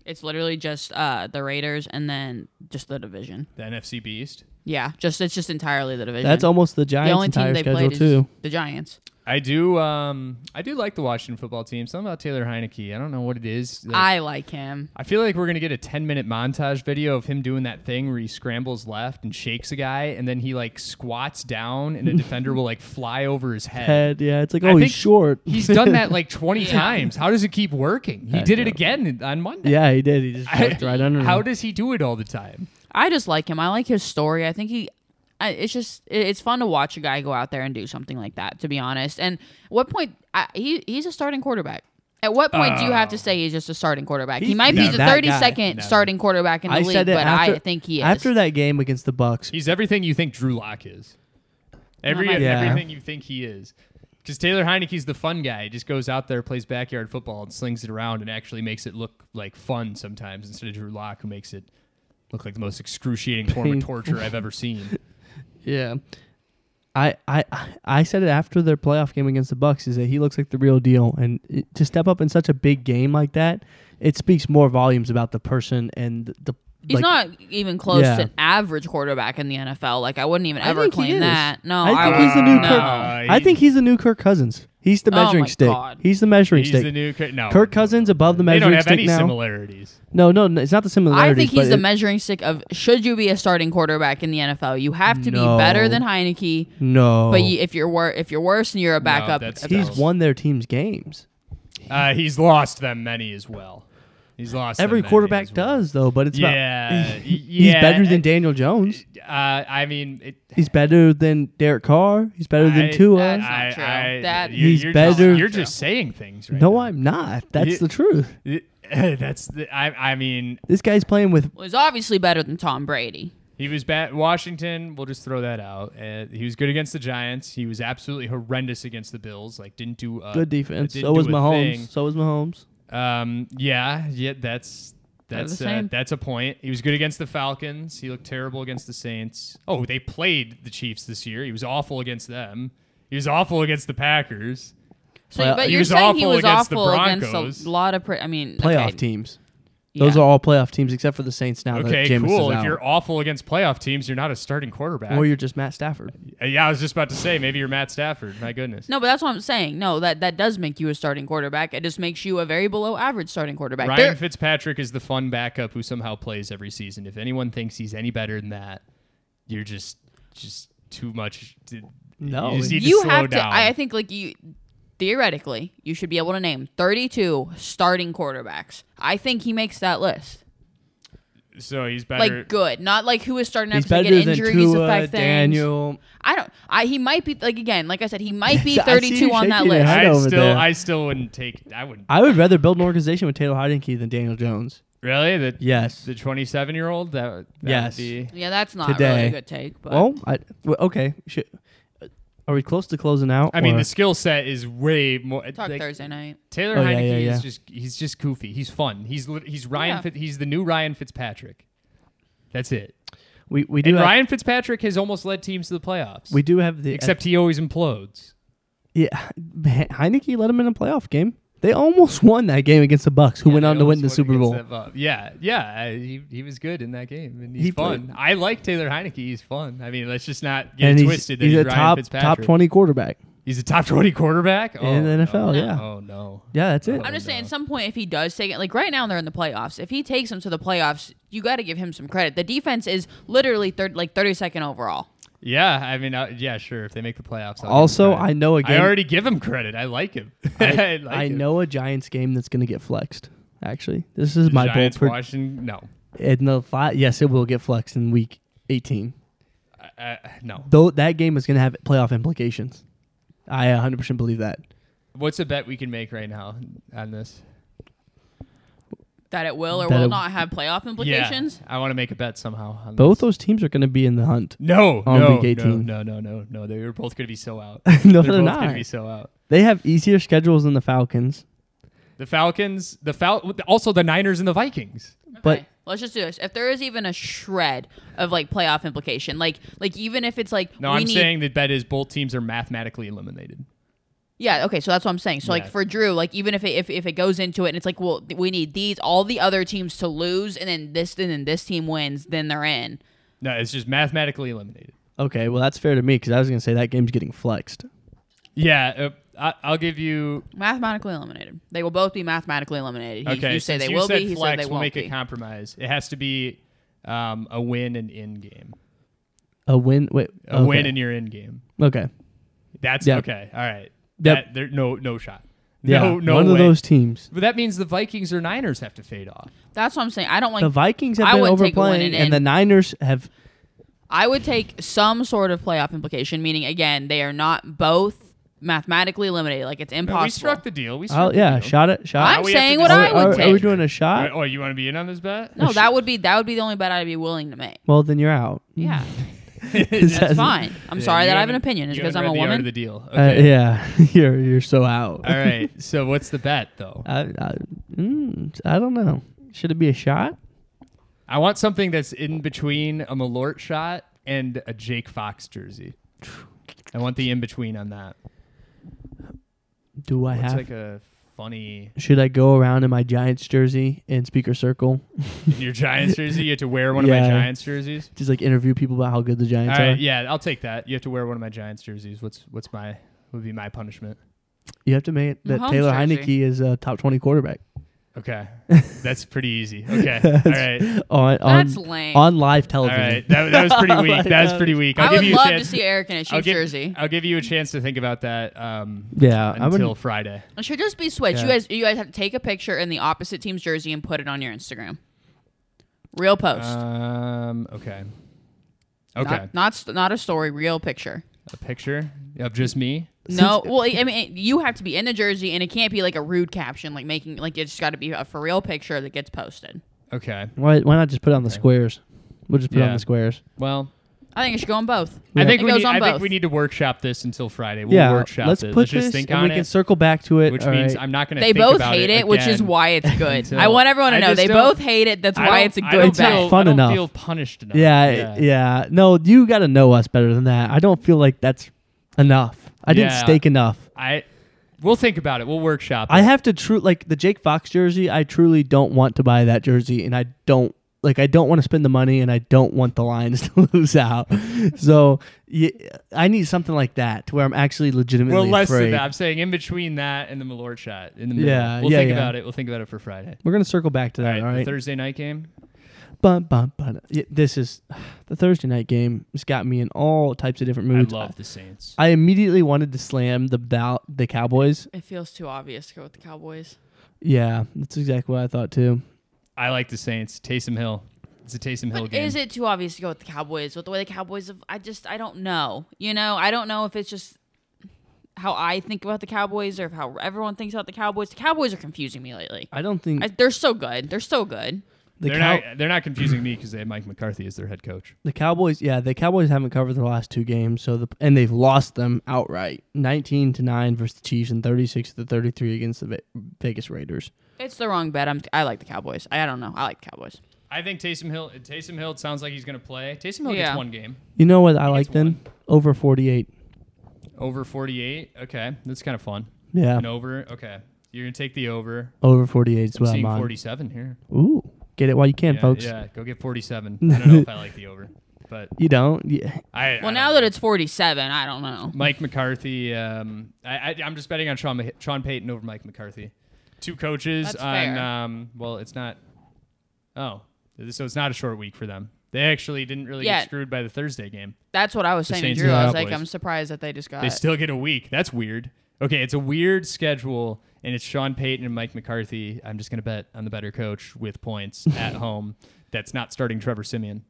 It's literally just uh, the Raiders and then just the division. the NFC Beast. Yeah, just it's just entirely the division. That's almost the the Giants' only team entire they schedule played too. is the Giants. I do. Um, I do like the Washington football team. Something about Taylor Heineke. I don't know what it is. Like, I like him. I feel like we're gonna get a 10 minute montage video of him doing that thing where he scrambles left and shakes a guy, and then he like squats down, and a defender will like fly over his Head, yeah, it's like I oh, he's think short. He's done that like 20 times. How does it keep working? He I did it know. again on Monday. yeah, he did. He just I- jumped right under. How him. does he do it all the time? I just like him. I like his story. I think he. I, it's just it- it's fun to watch a guy go out there and do something like that. To be honest, and what point I, he he's a starting quarterback. At what point do you have to say he's just a starting quarterback? He Oh. He's might not be the that thirty guy. second No. starting quarterback in the I league, said but that after, I think he is. after that game against the Bucks. He's everything you think Drew Lock is. Every might be- Yeah. everything you think he is. Because Taylor Heineke's the fun guy. He just goes out there, plays backyard football, and slings it around, and actually makes it look like fun sometimes instead of Drew Lock, who makes it look like the most excruciating form of Painful. torture I've ever seen. Yeah. I, I I said it after their playoff game against the Bucks is that he looks like the real deal, and it- to step up in such a big game like that, it speaks more volumes about the person and the. He's like, not even close Yeah. to an average quarterback in the NFL. Like I wouldn't even I ever think he claim is. that. No, I think would- he's the new no. Kirk. I think he's the new Kirk Cousins. He's the Oh measuring my stick. God. He's the measuring he's stick. the new Kirk. No, Kirk Cousins above the They measuring don't have stick any now. similarities. no, no, no, it's not the I similarities. think but he's the it- measuring stick of should you be a starting quarterback in the NFL? You have to No. be better than Heineke, no. but you, if you're wor- if you're worse and you're a backup, uh, that's- if- he's Bells. won their team's games. Uh, he's lost them many as well. He's lost them Every many quarterback as well. does though, but it's about- Yeah, y- he's yeah, better than and- Daniel Jones. Uh, I mean, it, He's better than Derek Carr. He's better than I- Tua. That's not true. That- you're, He's you're better- Just, you're just saying things, right? no, now. I'm not. That's You- the truth. It- That's the, I. I mean, This guy's playing with. well, he's obviously better than Tom Brady. he was bad. Washington. We'll just throw that out. Uh, he was good against the Giants. He was absolutely horrendous against the Bills. Like, didn't do a, Good defense. didn't So was do a Mahomes. thing. So was Mahomes. Um, yeah, yeah, that's They're the that's uh, same. that's a point. He was good against the Falcons. He looked terrible against the Saints. Oh, they played the Chiefs this year. He was awful against them. He was awful against the Packers. So, Well, but he you're was saying he awful was against the awful against Broncos. a lot of. Pre- I mean, Playoff okay, teams. yeah. Those are all playoff teams except for the Saints now. Okay, that Jameis cool. Is If out. you're awful against playoff teams, you're not a starting quarterback. or you're just Matt Stafford. Uh, yeah, I was just about to say maybe you're Matt Stafford. My goodness. No, but that's what I'm saying. No, that that does make you a starting quarterback. It just makes you a very below average starting quarterback. Ryan There- Fitzpatrick is the fun backup who somehow plays every season. If anyone thinks he's any better than that, you're just just too much. to- No, you just need you to slow have to. down. I, I think like you theoretically, you should be able to name 32 starting quarterbacks. I think he makes that list. so he's better. Like good, not like who is starting He's after they better get than injuries Tua, affect things. Daniel. I don't. I he might be like again, like I said, he might be I see you 32 on that shaking your list. head. I over still, there. I still wouldn't take. I wouldn't I would rather build an organization with Taylor Heidenke than Daniel Jones. really. The Yes. the twenty seven year old that, that Yes. Would be, Yeah, that's not really Today. a good take. But Well, I, well okay. Should, are we close to closing out? I mean, or- the skill set is way more. talk like, Thursday night. Taylor Oh, Heineke yeah, yeah, yeah. is just he's just goofy. He's fun. He's lit- he's Ryan. Yeah. Fit, he's the new Ryan Fitzpatrick. That's it. we we do And have, Ryan Fitzpatrick has almost led teams to the playoffs. we do have the except he always implodes. Yeah, Heineke let him in a playoff game. They almost won that game against the Bucks, who went on to win the Super Bowl. Yeah, yeah, I- he, he was good in that game, and he's He fun. played- I like Taylor Heineke. He's fun. I mean, let's just not get And it he's, twisted. that he's a Ryan top Fitzpatrick. top twenty quarterback. He's a top twenty quarterback oh, In the no. NFL, yeah. Oh no. Yeah, that's it. I'm just saying, at some point, if he does take it, like right now they're in the playoffs. If he takes them to the playoffs, you got to give him some credit. The defense is literally third, like 32nd overall. Yeah, I mean, uh, yeah, sure. If they make the playoffs, I'll give him Also, credit. I know a game- I already give him credit. I like him. I, like I him. know a Giants game that's going to get flexed. Actually, this is The my bold Giants, prediction. Washington. No, In the fi- yes, it will get flexed in Week 18. I, I- no. Though that game is going to have playoff implications. I 100 percent believe that. What's a bet we can make right now on this? that it will or That will it- not have playoff implications. Yeah, I want to make a bet somehow. on Both this. those teams are going to be in the hunt. No, on no, week 18. no, no, no, no, no. They were both going to be so out. no, They're they're, both going not. to be so out. They have easier schedules than the Falcons. The Falcons, the Fal- also the Niners and the Vikings. But- Okay, let's just do this. If there is even a shred of like playoff implication, like like even if it's like No, we I'm need, saying the bet is both teams are mathematically eliminated. yeah, okay, so that's what I'm saying. So like Yeah. for Drew, like even if it, if if it goes into it and it's like well th- we need these all the other teams to lose and then this and then this team wins, then they're in. No, it's just mathematically eliminated. Okay, well that's fair to me because I was going to say that game's getting flexed. Yeah, uh, I, I'll give you. Mathematically eliminated. They will both be mathematically eliminated. He, Okay, you say since they you will said be. He said flex, they we'll won't make be. a compromise. It has to be um, a win and in game. A win. Wait. A okay. win and your in game. Okay. That's Yep. okay. All right. Yep. That, there, no, no shot. Yeah. No, no One way. of those teams. But that means the Vikings or Niners have to fade off. that's what I'm saying. I don't like. The Vikings have I been wouldn't take a win overplaying, and and in. the Niners have. I would take some sort of playoff implication, meaning again they are not both mathematically eliminated. Like it's No, impossible. we struck the deal. We struck Oh the yeah, deal. shot it. Shot. Now I'm we have to saying do what something. I would are, take. are we doing a shot? Oh, you want to be in on this bet? No, Sh- that would be that would be the only bet I'd be willing to make. Well, then you're out. Yeah, Is that- that's fine. I'm Yeah, sorry you that I have an haven't- opinion. It's you because I'm haven't a read the art of the deal. woman. Uh, Okay. yeah, you're you're so out. All right. So what's the bet though? I, I, mm, I don't know. Should it be a shot? I want something that's in between a Malort shot and a Jake Fox jersey. I want the in between on that. Do I Looks have? like a funny should I go around in my Giants jersey and speaker circle, in your Giants jersey. You have to wear one of Yeah. my Giants jerseys. just like interview people about how good the Giants All right, are? yeah, I'll take that. You have to wear one of my Giants jerseys. What's what's my would be my punishment? You have to make it that Mahomes Taylor jersey. Heineke is a top twenty quarterback Okay, that's pretty easy. Okay, all right, on on, That's lame. on live all television. right. That, that was pretty Oh weak. That was pretty weak. I'll I give would you love a chance. to see Eric in a I'll Chiefs give, jersey. I'll give you a chance to think about that um, Yeah, I until would. Friday. It should just be switched. Yeah. You guys, you guys have to take a picture in the opposite team's jersey and put it on your Instagram. Real post, Um, okay, okay, Oh, not not st- not a story. Real picture. a picture of just me. No, well, I mean, you have to be in the jersey, and it can't be like a rude caption, like making like it's got to be a for real picture that gets posted. Okay, Why why not just put it on the squares? We'll just put it on Yeah. the squares. well, I think it should go on both. I think It we goes need, on I think both. we need to workshop this until Friday. We'll yeah, workshop let's it. put let's this just think and on we can it, circle back to it. which all means right. I'm not going to. They think both about hate it, it, which is again. why it's good. So, I want everyone to I know just they don't- both hate it. That's I why don't- it's a I good don't It's not bet. feel- fun I don't enough. Feel punished enough. Yeah, yeah, No, you got to know us better than that. I don't feel like that's enough. I didn't Yeah. stake enough. I we'll think about it. We'll workshop. I it. have to true like the Jake Fox jersey. I truly don't want to buy that jersey, and I don't like. I don't want to spend the money, and I don't want the Lions to lose out. so y I I need something like that to where I'm actually legitimately well less afraid. than that. I'm saying in between that and the Malort shot in the middle. Yeah, we'll yeah, think yeah. about it. We'll think about it for Friday. We're gonna circle back to All that. right, all the right. Thursday night game. Bum, bum, bum. Yeah, this is the Thursday night game. It's got me in all types of different moods. I love the Saints. I immediately wanted to slam the Dow- the Cowboys. It feels too obvious to go with the Cowboys. Yeah, that's exactly what I thought too. I like the Saints. Taysom Hill. It's a Taysom Hill But game. is it too obvious to go with the Cowboys? With the way the Cowboys have, I just I don't know. You know, I don't know if it's just how I think about the Cowboys or how everyone thinks about the Cowboys. The Cowboys are confusing me lately. I don't think I, they're so good. They're so good. the they're Cow- not. They're not confusing me because they have Mike McCarthy as their head coach. the Cowboys. Yeah, the Cowboys haven't covered their last two games, so the and they've lost them outright, nineteen to nine versus the Chiefs and thirty six to thirty three against the Ve- Vegas Raiders. It's the wrong bet. I'm, I like the Cowboys. I, I don't know. I like the Cowboys. I think Taysom Hill. Taysom Hill. It sounds like he's going to play. Taysom Hill Yeah. gets one game You know what I like it's then over forty eight. over 48. Okay, that's kind of fun. Yeah, An over. Okay, you're going to take the over. over forty eight is what Seeing I'm on. 47 here. Ooh, get it while you can, Yeah, folks. yeah, go get 47. I don't know if I like the over, but You don't. Yeah. I. Well, now that it's 47, I don't know. Mike McCarthy, um, I, I, I'm just betting on Sean, Ma- Sean Payton over Mike McCarthy. Two coaches That's on. fair. Um, well, it's not. Oh, so it's not a short week for them. They actually didn't really Yeah. get screwed by the Thursday game. That's what I was saying to Saints Drew. and I was Cowboys. like, I'm surprised that they just got. They still get a week. That's weird. Okay, it's a weird schedule, and it's Sean Payton and Mike McCarthy. I'm just gonna bet on the better coach with points at home. That's not starting Trevor Simeon.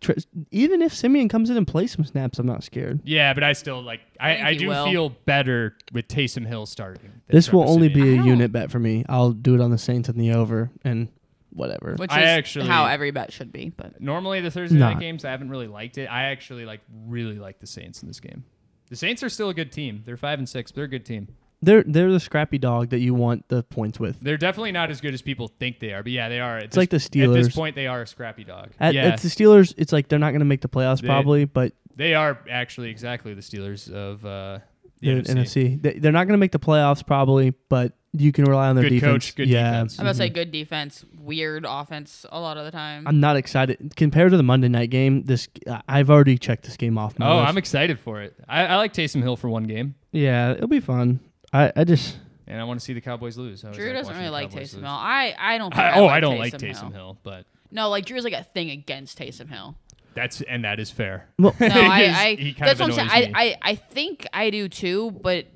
Tr- even if Simeon comes in and plays some snaps, I'm not scared. Yeah, but I still like. think I, I he do will. feel better with Taysom Hill starting. than This will Trevor only Siemian. be a I unit bet for me. I'll do it on the Saints and the over and whatever. which I is actually- how every bet should be. But Normally the Thursday Not. night games, I haven't really liked it. I actually like really like the Saints in this game. The Saints are still a good team. They're five and six. They're a good team. They're They're the scrappy dog that you want the points with. they're definitely not as good as people think they are, but yeah, they are. It's like the At Steelers. this point, they are a scrappy dog. At, yeah, at the Steelers, it's like they're not going to make the playoffs They- probably, but they are actually exactly the Steelers of uh, the they're NFC. NFC. They, they're not going to make the playoffs probably, but you can rely on their Good defense. coach, good yeah. defense. I'm about to say good defense, weird offense a lot of the time. I'm not excited compared to the Monday night game. This I- I've already checked this game off. My Oh, list. I'm excited for it. I, I like Taysom Hill for one game, yeah, it'll be fun. I, I just and I want to see the Cowboys lose. I always Drew like doesn't watching really the like Cowboys Taysom lose. Hill. I, I don't. Think I, I oh, like I don't Taysom like Taysom Hill. Hill. but No, like Drew's like a thing against Taysom Hill. that's and that is fair. well, No, He's- I, I he kind that's of what I'm annoys saying. me. I, I, I think I do too, but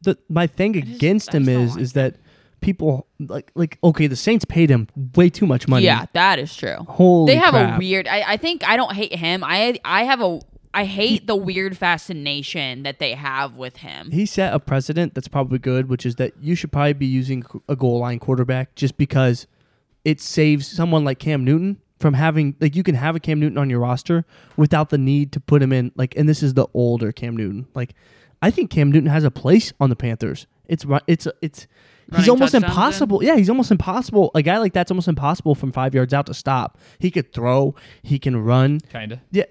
the, my thing just- against I him just don't is like is that people like like okay, the Saints paid him way too much money. yeah, that is true. holy they have crap. a weird. I, I think I don't hate him. I I have a I hate the weird fascination that they have with him. He set a precedent that's probably good, which is that you should probably be using a goal line quarterback just because it saves someone like Cam Newton from having like you can have a Cam Newton on your roster without the need to put him in like and this is the older Cam Newton. Like I think Cam Newton has a place on the Panthers. It's ru- it's it's he's Running almost touchdowns in? impossible. Yeah, he's almost impossible. A guy like that's almost impossible from 5 yards out to stop. He could throw, he can run. Kinda. Yeah.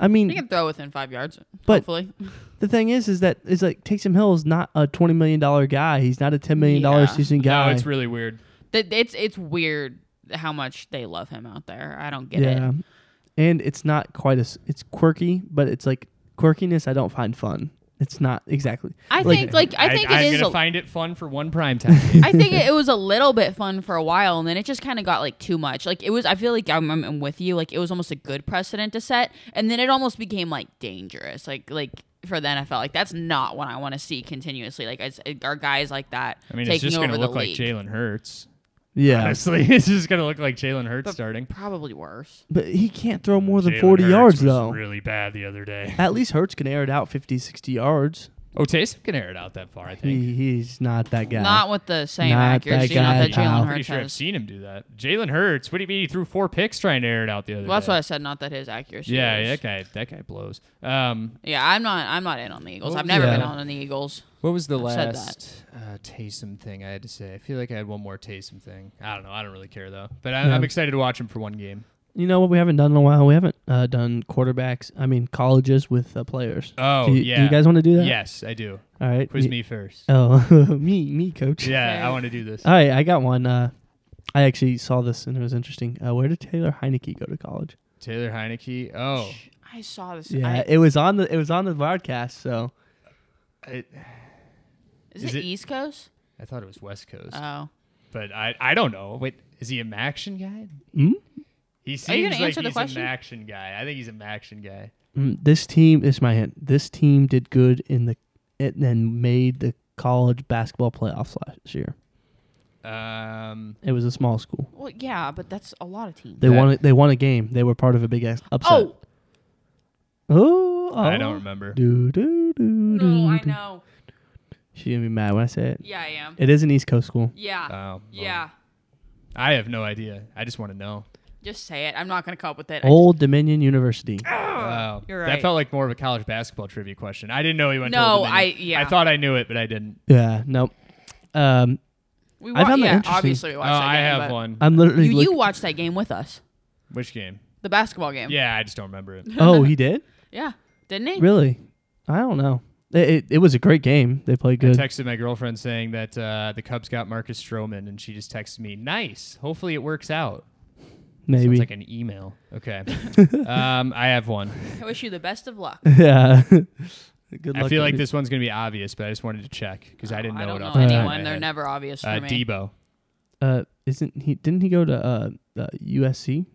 I mean, He can throw within five yards. But- hopefully, the thing is, is that is like Taysom Hill is not a twenty million dollar guy. He's not a ten million dollar Yeah. season guy. No, it's really weird. That- it's it's weird how much they love him out there. I don't get yeah, it. and it's not quite as it's quirky, but it's like quirkiness I don't find fun. It's not exactly. I Like- think like I think I, it am is gonna a- find it fun for one prime time. I think it, it was a little bit fun for a while, and then it just kind of got like too much. Like it was, I feel like I'm, I'm with you. Like it was almost a good precedent to set, and then it almost became like dangerous. Like like for the NFL, like that's not what I want to see continuously. Like as, uh, our guys like that I mean, taking it's just over gonna the look like league. Jalen Hurts. Yeah, Honestly, it's just gonna look like Jalen Hurts But starting. probably worse. but he can't throw more than forty yards though. Really bad the other day. At least Hertz can air it out 50, 60 yards. Oh, Taysom can air it out that far. I think. He, he's not that guy. Not with the same Not that accuracy. guy, not that pal. Jalen pretty Hurts sure I've has. seen him do that. Jalen Hurts. What do you mean he threw four picks trying to air it out the other Well, that's day? what I said. Not that his accuracy. yeah, is. that guy. That guy blows. Um, Yeah, I'm not. I'm not in on the Eagles. Well, I've never yeah. been on the Eagles. what was the I've said last uh, Taysom thing I had to say? I feel like I had one more Taysom thing. I don't know. I don't really care though. But I, Yeah. I'm excited to watch him for one game. You know what we haven't done in a while? We haven't uh, done quarterbacks. I mean, colleges with uh, players. Oh do you, yeah. Do you guys want to do that? Yes, I do. All right. Quiz Y- me first. Oh, me, me, coach. Yeah, I Fair. want to do this. All right, I got one. Uh, I actually saw this and it was interesting. Uh, where did Taylor Heineke go to college? Taylor Heineke. Oh, I saw this. Yeah, I, it was on the it was on the broadcast. So I, is, is it it- East Coast? I thought it was West Coast, Oh. but I I don't know. Wait, is he a Maction guy? Mm-hmm. mm? He Are you gonna seems like answer the he's question? a Maction guy. I think he's a Maction guy. Mm, this team this is my hint. This team did good in the and then made the college basketball playoffs last year. Um, It was a small school. Well, yeah, but that's a lot of teams. They That- won. A, they won a game. They were part of a big ass upset. oh, Oh, oh. I don't remember. Do do do Mm-hmm. no, I know. She's gonna be mad when I say it. Yeah, I am. It is an East Coast school. Oh, Yeah. well, Yeah. I have no idea. I just want to know. Just say it. I'm not going to come up with it. I Ah. Old Dominion University. Wow, Oh, you're That right. felt like more of a college basketball trivia question. I didn't know he went. to No, Old Dominion. I- yeah. I thought I knew it, but I didn't. Yeah. Nope. Um, just- we I wa- found that yeah, interesting. obviously we Oh, watched that I game, have but- one. I'm literally. You, look- you watched that game with us. Which game? The basketball game. Yeah, I just don't remember it. oh, he did? Yeah. Didn't he? Really? I don't know. It, it, it was a great game. They played good. I texted my girlfriend saying that uh, the Cubs got Marcus Stroman, and she just texted me, "Nice. Hopefully it works out." maybe. Sounds like an email. Okay. um, I have one. I wish you the best of luck. yeah. good luck. I feel like with it. this one's gonna be obvious, but I just wanted to check because I didn't know I don't it. know off the top of my anyone. They're head. never obvious for uh, me. Debo. Uh, isn't he? Didn't he go to uh, uh USC?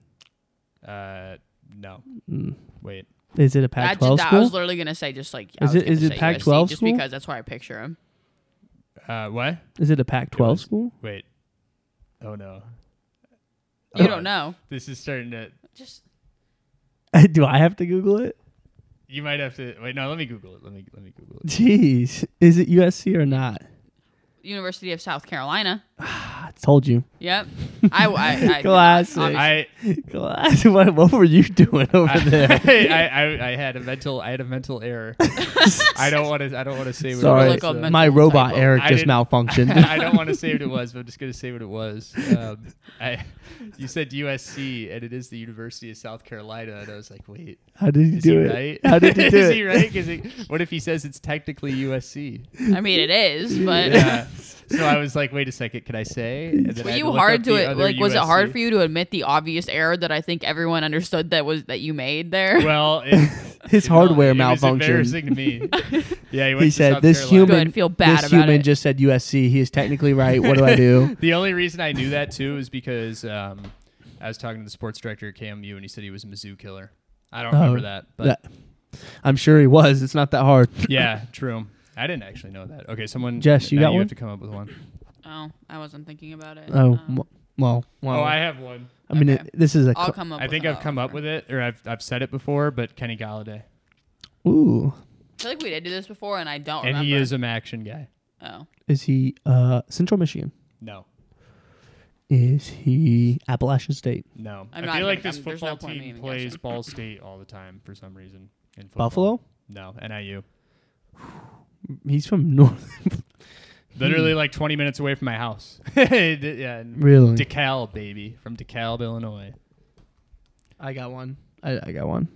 Uh, no. Mm. Wait. Is it a I, Pac-12 that, I school? was literally going to say just like. I Is was it- gonna is it say Pac-12 USC, Just school? because that's where I picture him. Uh, what? Is it a Pac-12 It was- school? Wait. Oh no. Oh, You Oh. don't know. This is starting to. Just. Do I have to Google it? You might have to wait. No, let me Google it. Let me let me Google it. Jeez, is it USC or not? University of South Carolina. I told you. Yep. I, I, I Classic. obviously- I Glass. What, what were you doing over I, there? I, I, I had a mental I had a mental error. I don't want to I don't want to say what it Sorry, was. Look up so- mental my robot typo. Eric I just didn't- malfunctioned. I don't want to say what it was, but I'm just gonna say what it was. Um, I, you said USC, and it is the University of South Carolina, and I was like, wait, How did you is do he it? right? How did you do is it? he right? 'Cause it- what if he says it's technically USC? I mean, it is, but Yeah. So I was like, wait a second, can I say? And then I were had you to look hard up to the it? other Like, was it hard USC. for you to admit the obvious error that I think everyone understood that was that you made there? Well, it, His it- hardware it was malfunctioned. embarrassing to me. Yeah, he, went He to said, South "This Carolina. human, Good, feel bad this about human it. just said USC. He is technically right. What do I do?" The only reason I knew that too is because um, I was talking to the sports director at KMU, and he said he was a Mizzou killer. I don't Oh, remember that, but That- I'm sure he was. It's not that hard. yeah, true. I didn't actually know that. Okay, someone. Jess, you now got you one? have to come up with one. oh, I wasn't thinking about it. Oh, Um, mo- well, well. Oh, I I, have one. mean, okay. it, this is a. I'll cl- come up. I think with I've come up with it, or I've I've said it before, but Kenny Galladay, ooh, I feel like we did do this before, and I don't and remember. he is a Maction guy. Oh, is he uh, Central Michigan? No, Is he Appalachian State? no. I I'm not feel gonna- like this I'm- there's no football point in me team even plays guessing. Ball State all the time for some reason. In football. Buffalo? No, NIU. He's from North. Hmm. Literally like 20 minutes away from my house. yeah, and- Really? DeKalb, baby, from DeKalb, Illinois. I got one. I, I got one.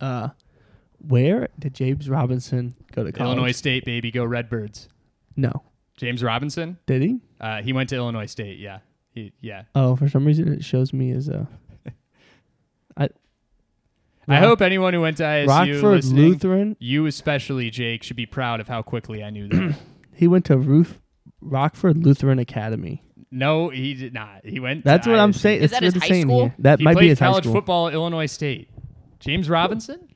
Uh, where did James Robinson go to college? Illinois State, baby, go Redbirds. No, James Robinson, did he? uh, he went to Illinois State. Yeah, he, yeah. Oh, for some reason it shows me as a. I. I hope anyone who went to ISU Rockford listening, Lutheran. you especially, Jake, should be proud of how quickly I knew that. He went to Ruth Rockford Lutheran Academy. no, he did not. He went. to That's what I'm ISU. saying. Is That's that what his I'm high saying school? here. That He might played be his high college school. football, at Illinois State. James Robinson.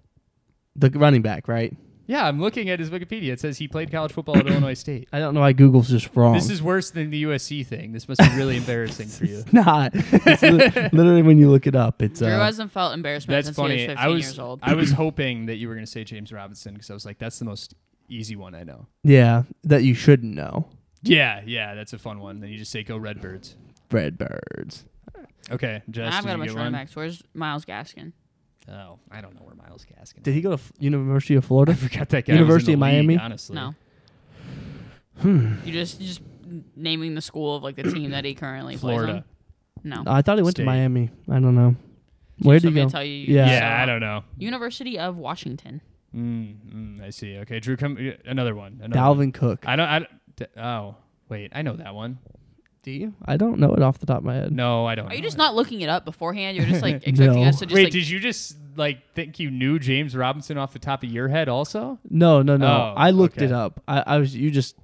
The running back, right? Yeah, I'm looking at his Wikipedia. It says he played college football at Illinois State. I don't know why Google's just wrong. This is worse than the USC thing. This must be really embarrassing for you. It's not. It's li- literally when you look it up, it's Drew uh, hasn't felt embarrassment That's since funny. he was 15 I was years old. I was hoping that you were going to say James Robinson because I was like, that's the most easy one I know. yeah that you shouldn't know. Yeah, yeah, that's a fun one. Then you just say go Redbirds. Redbirds. Okay, Jess, I've did got a you bunch get of one? running backs. Where's Miles Gaskin? Oh, I don't know where Miles Gaskin. Did he go to F- University of I Florida? forgot that guy. was University in the of league, Miami? honestly, No. You just you just naming the school of like the team that he currently Florida. plays on. No. I thought he went State. to Miami. I don't know. Uh, Where did Just he want me go? to tell you? Yeah. Yeah, So- I don't know. University of Washington. Mm, mm, I see. Okay, Drew, come uh, another one. Another One. Dalvin Cook. I don't. I don't d- oh, wait, I know that one. Do you? I don't know it off the top of my head. No, I don't. Are know you just it. not looking it up beforehand? You're just like expecting No. us to just Wait, like did you just like think you knew James Robinson off the top of your head? Also, No, no, no. Oh, I looked okay. it up. I, I was you just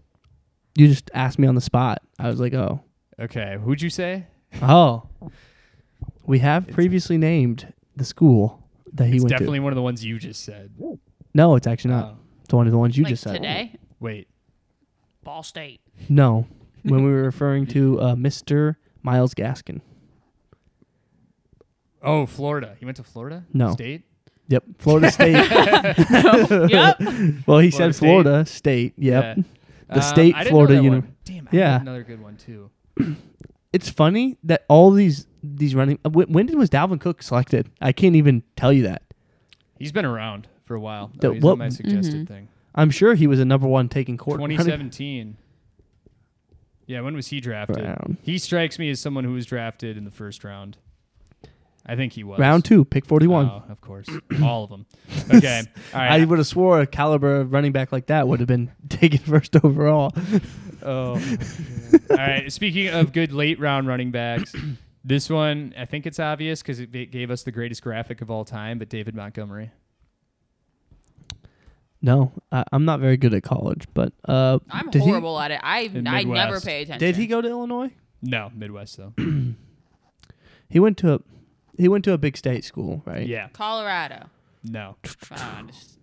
you just asked me on the spot. I was like, oh, okay. Who'd you say? oh. We have previously named the school that he it's went definitely one of the ones you just said. to. No, it's actually not. Oh. It's one of the ones you like just said. today. Wait, Ball State. No, when we were referring to uh, Mr. Miles Gaskin. Oh, Florida. He went to Florida? No. State? Yep, Florida State. yep. well, he Florida said State. Florida State. Yep. Yeah. Um, The state I didn't know Florida that uni- one. Damn, I Yeah. had another good one too. It's funny that all these these running. uh, When, when did was Dalvin Cook selected? I can't even tell you that. He's been around for a while. The- oh, he's what- on my suggested thing. I'm sure he was a number one taking court. running- 2017. Yeah, when was he drafted? Round. He strikes me as someone who was drafted in the first round. I think he was. Round two, pick 41. Oh, of course. All of them. Okay. All I right. would have swore a caliber of running back like that would have been taken first overall. Oh. All right. Speaking of good late round running backs, this one I think it's obvious because it g- gave us the greatest graphic of all time, but David Montgomery. No, I, I'm not very good at college, but uh, I'm did he- horrible at it. I In I never Midwest. pay attention. did he go to Illinois? No, Midwest though. He went to a he went to a big state school, right? yeah. Colorado. No. Wow, just-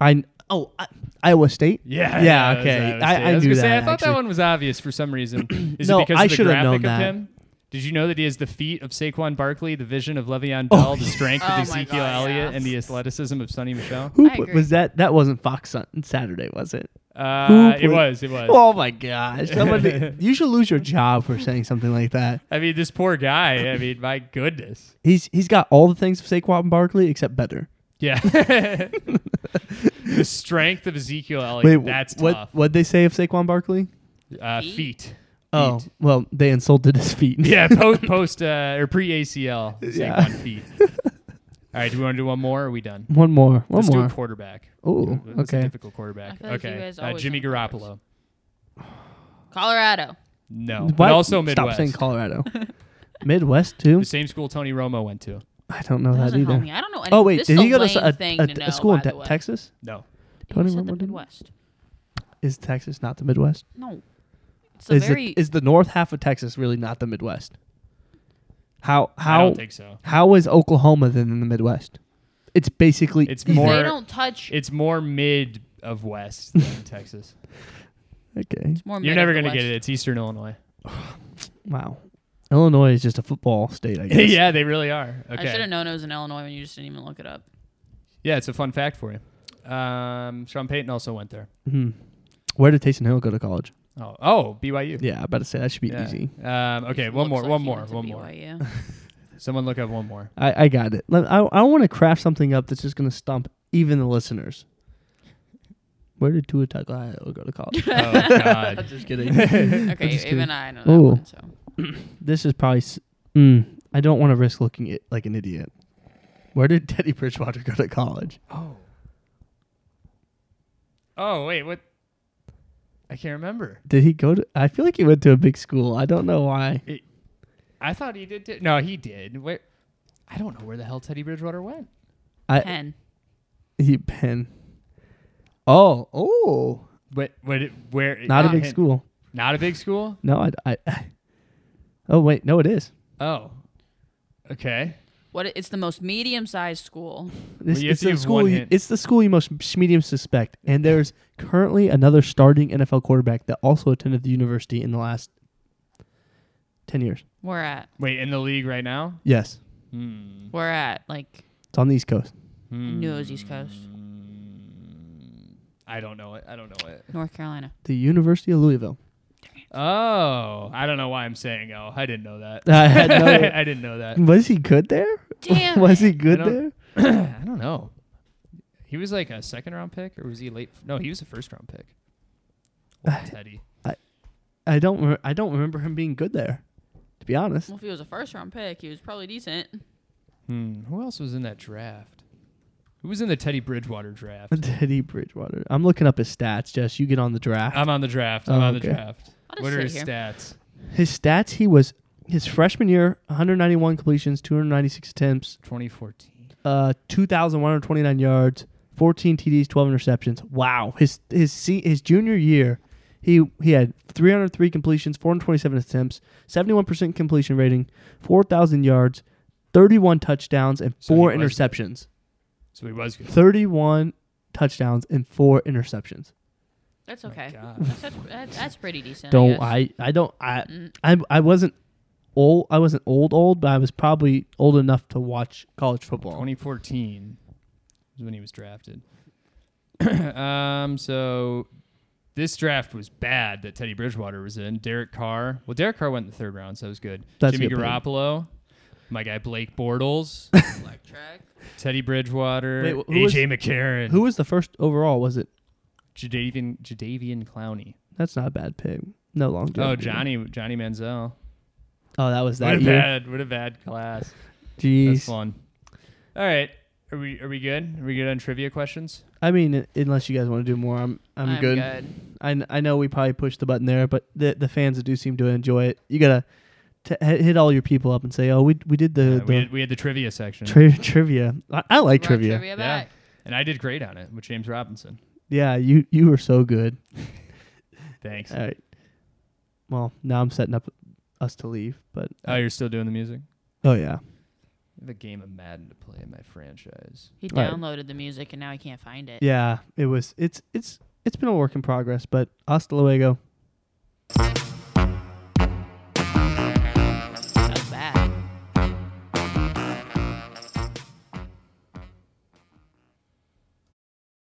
I oh I, Iowa State. Yeah. Yeah. that was okay. Iowa State. I, I, was knew gonna that. say, I thought actually. that one was obvious for some reason. Is No, it because I of the should have graphic known of that. him? Did you know that he has the feet of Saquon Barkley, the vision of Le'Veon Bell, the strength Oh of my Ezekiel God, yeah. Elliott, and the athleticism of Sonny Michelle? Who I put- agree. was that? That wasn't Fox on Saturday, was it? Uh, it put- was. It was. Oh my gosh! Somebody, you should lose your job for saying something like that. I mean, this poor guy. I mean, my goodness. He's he's got all the things of Saquon Barkley except better. Yeah. the strength of Ezekiel Wait, Elliott. that's what tough. what they say of Saquon Barkley? Uh, Feet? feet. Oh, well, they insulted his feet. Yeah, post post uh, or pre ACL Saquon Yeah. feet. All right, do we want to do one more? Or are we done? One more. One Let's do a more. quarterback. Ooh, Let's do a okay. difficult quarterback. I feel like you okay, guys uh, always Jimmy want Garoppolo. quarterbacks. Colorado. No, Why- but also Midwest. Stop saying Colorado. Midwest too. The same school Tony Romo went to. I don't know That that doesn't help either. me. I don't know. Any, Oh wait, this did is he a go lame to a, thing a, to a know, school in by the Te- way. Texas? No. You Tony said the Romo didn't? Midwest. Is Texas not the Midwest? No, it's a Is, very. the, is the north half of Texas really not the Midwest? How I how don't think so. how is Oklahoma then in the Midwest? It's basically It's east- more- they don't touch. It's more mid of West than Texas. okay. It's more You're mid never of the gonna get West. it. It's Eastern Illinois. Wow, Illinois is just a football state. I guess. yeah, they really are. Okay. I should have known it was in Illinois when you just didn't even look it up. Yeah, it's a fun fact for you. Um, Sean Payton also went there. Mhm. Where did Taysom Hill go to college? Oh, oh, BYU. Yeah, E I about to say that should be Yeah. easy. Um, okay, one Looks more, like one he more, went to one more. BYU. Someone look up one more. I, I got it. Let, I, I want to craft something up that's just going to stump even the listeners. Where did Tua Tagovailoa go to college? Oh God. just kidding. okay, just even kidding. I know that Ooh. one. So this is probably. s- Mm, I don't want to risk looking it like an idiot. Where did Teddy Bridgewater go to college? Oh. Oh wait, what? I can't remember. Did he go to? I feel like he went to a big school. I don't know why. I thought he did. Too. No, he did. Where? I don't know where the hell Teddy Bridgewater went. I Penn. he Penn. Oh oh, But what? it- Where? not a uh, big him- school. Not a big school. No, I, I. Oh wait, no, it is. Oh. Okay. What? it- It's the most medium-sized school. This, Well, you have it's, to the use school one you, hint. it's the school you most sh- medium suspect. And there's currently another starting NFL quarterback that also attended the university in the last 10 years. We're at. Wait, in the league right now? Yes. Hmm. We're at. Like It's on the East Coast. I knew it was East Coast, I don't know it. I don't know it. North Carolina. The University of Louisville. Oh, I don't know why I'm saying oh. I didn't know that. I had no- I didn't know that. Was he good there? Damn. Was it. he good I don't- there? I don't know. He was like a second round pick, or was he late? No, he was a first round pick. Old Teddy. I don't re- I don't remember him being good there. To be honest. Well, if he was a first-round pick, he was probably decent. Hmm. Who else was in that draft? Who was in the Teddy Bridgewater draft? Teddy Bridgewater. I'm looking up his stats, Jess. You get on the draft. I'm on the draft. I'm Oh, on okay. the draft. I'll just What are his sit here. stats? his stats, he was his freshman year, 191 completions, 296 attempts, 2014. uh, 2,129 yards, 14 TDs, 12 interceptions. Wow. His his se- his junior year, he he had 303 completions, 427 attempts, 71% completion rating, 4,000 yards, 31 touchdowns, and So he four was good. interceptions. So he was good. 31 touchdowns and four interceptions. That's My okay. God. That's, that's, that's pretty decent. I, Don't guess. I? I don't. I Uh, Mm. I I wasn't. Old, I wasn't old, old, but I was probably old enough to watch college football. 2014 is when he was drafted. um, so this draft was bad that Teddy Bridgewater was in. Derek Carr. Well, Derek Carr went in the third round, so that was good. That's Jimmy good, babe. Garoppolo. My guy Blake Bortles, Like track. Teddy Bridgewater, Wait, wh- who AJ McCarron, Who was the first overall? Was it? Jadavian Jadavian Clowney. That's not a bad pick. No longevity. Oh, Johnny Johnny Manziel. Oh, that was what that a year. bad what a bad class. That's Jeez. fun. All right, are we are we good? Are we good on trivia questions? I mean, i- unless you guys want to do more, I'm I'm, good. I, kn- I know we probably pushed the button there, but the the fans that do seem to enjoy it. You gotta t- h- hit all your people up and say, "Oh, we we did the, Uh, we, the had, we had the trivia section. tri- trivia. I, I like trivia. trivia back. And I did great on it with James Robinson. Yeah, you you were so good. Thanks. All right. Well, now I'm setting up us to leave, but Oh, you're still doing the music? oh yeah, I have a game of Madden to play in my franchise. He Right. downloaded the music and now he can't find it. yeah. It was it's it's it's been a work in progress, but hasta luego.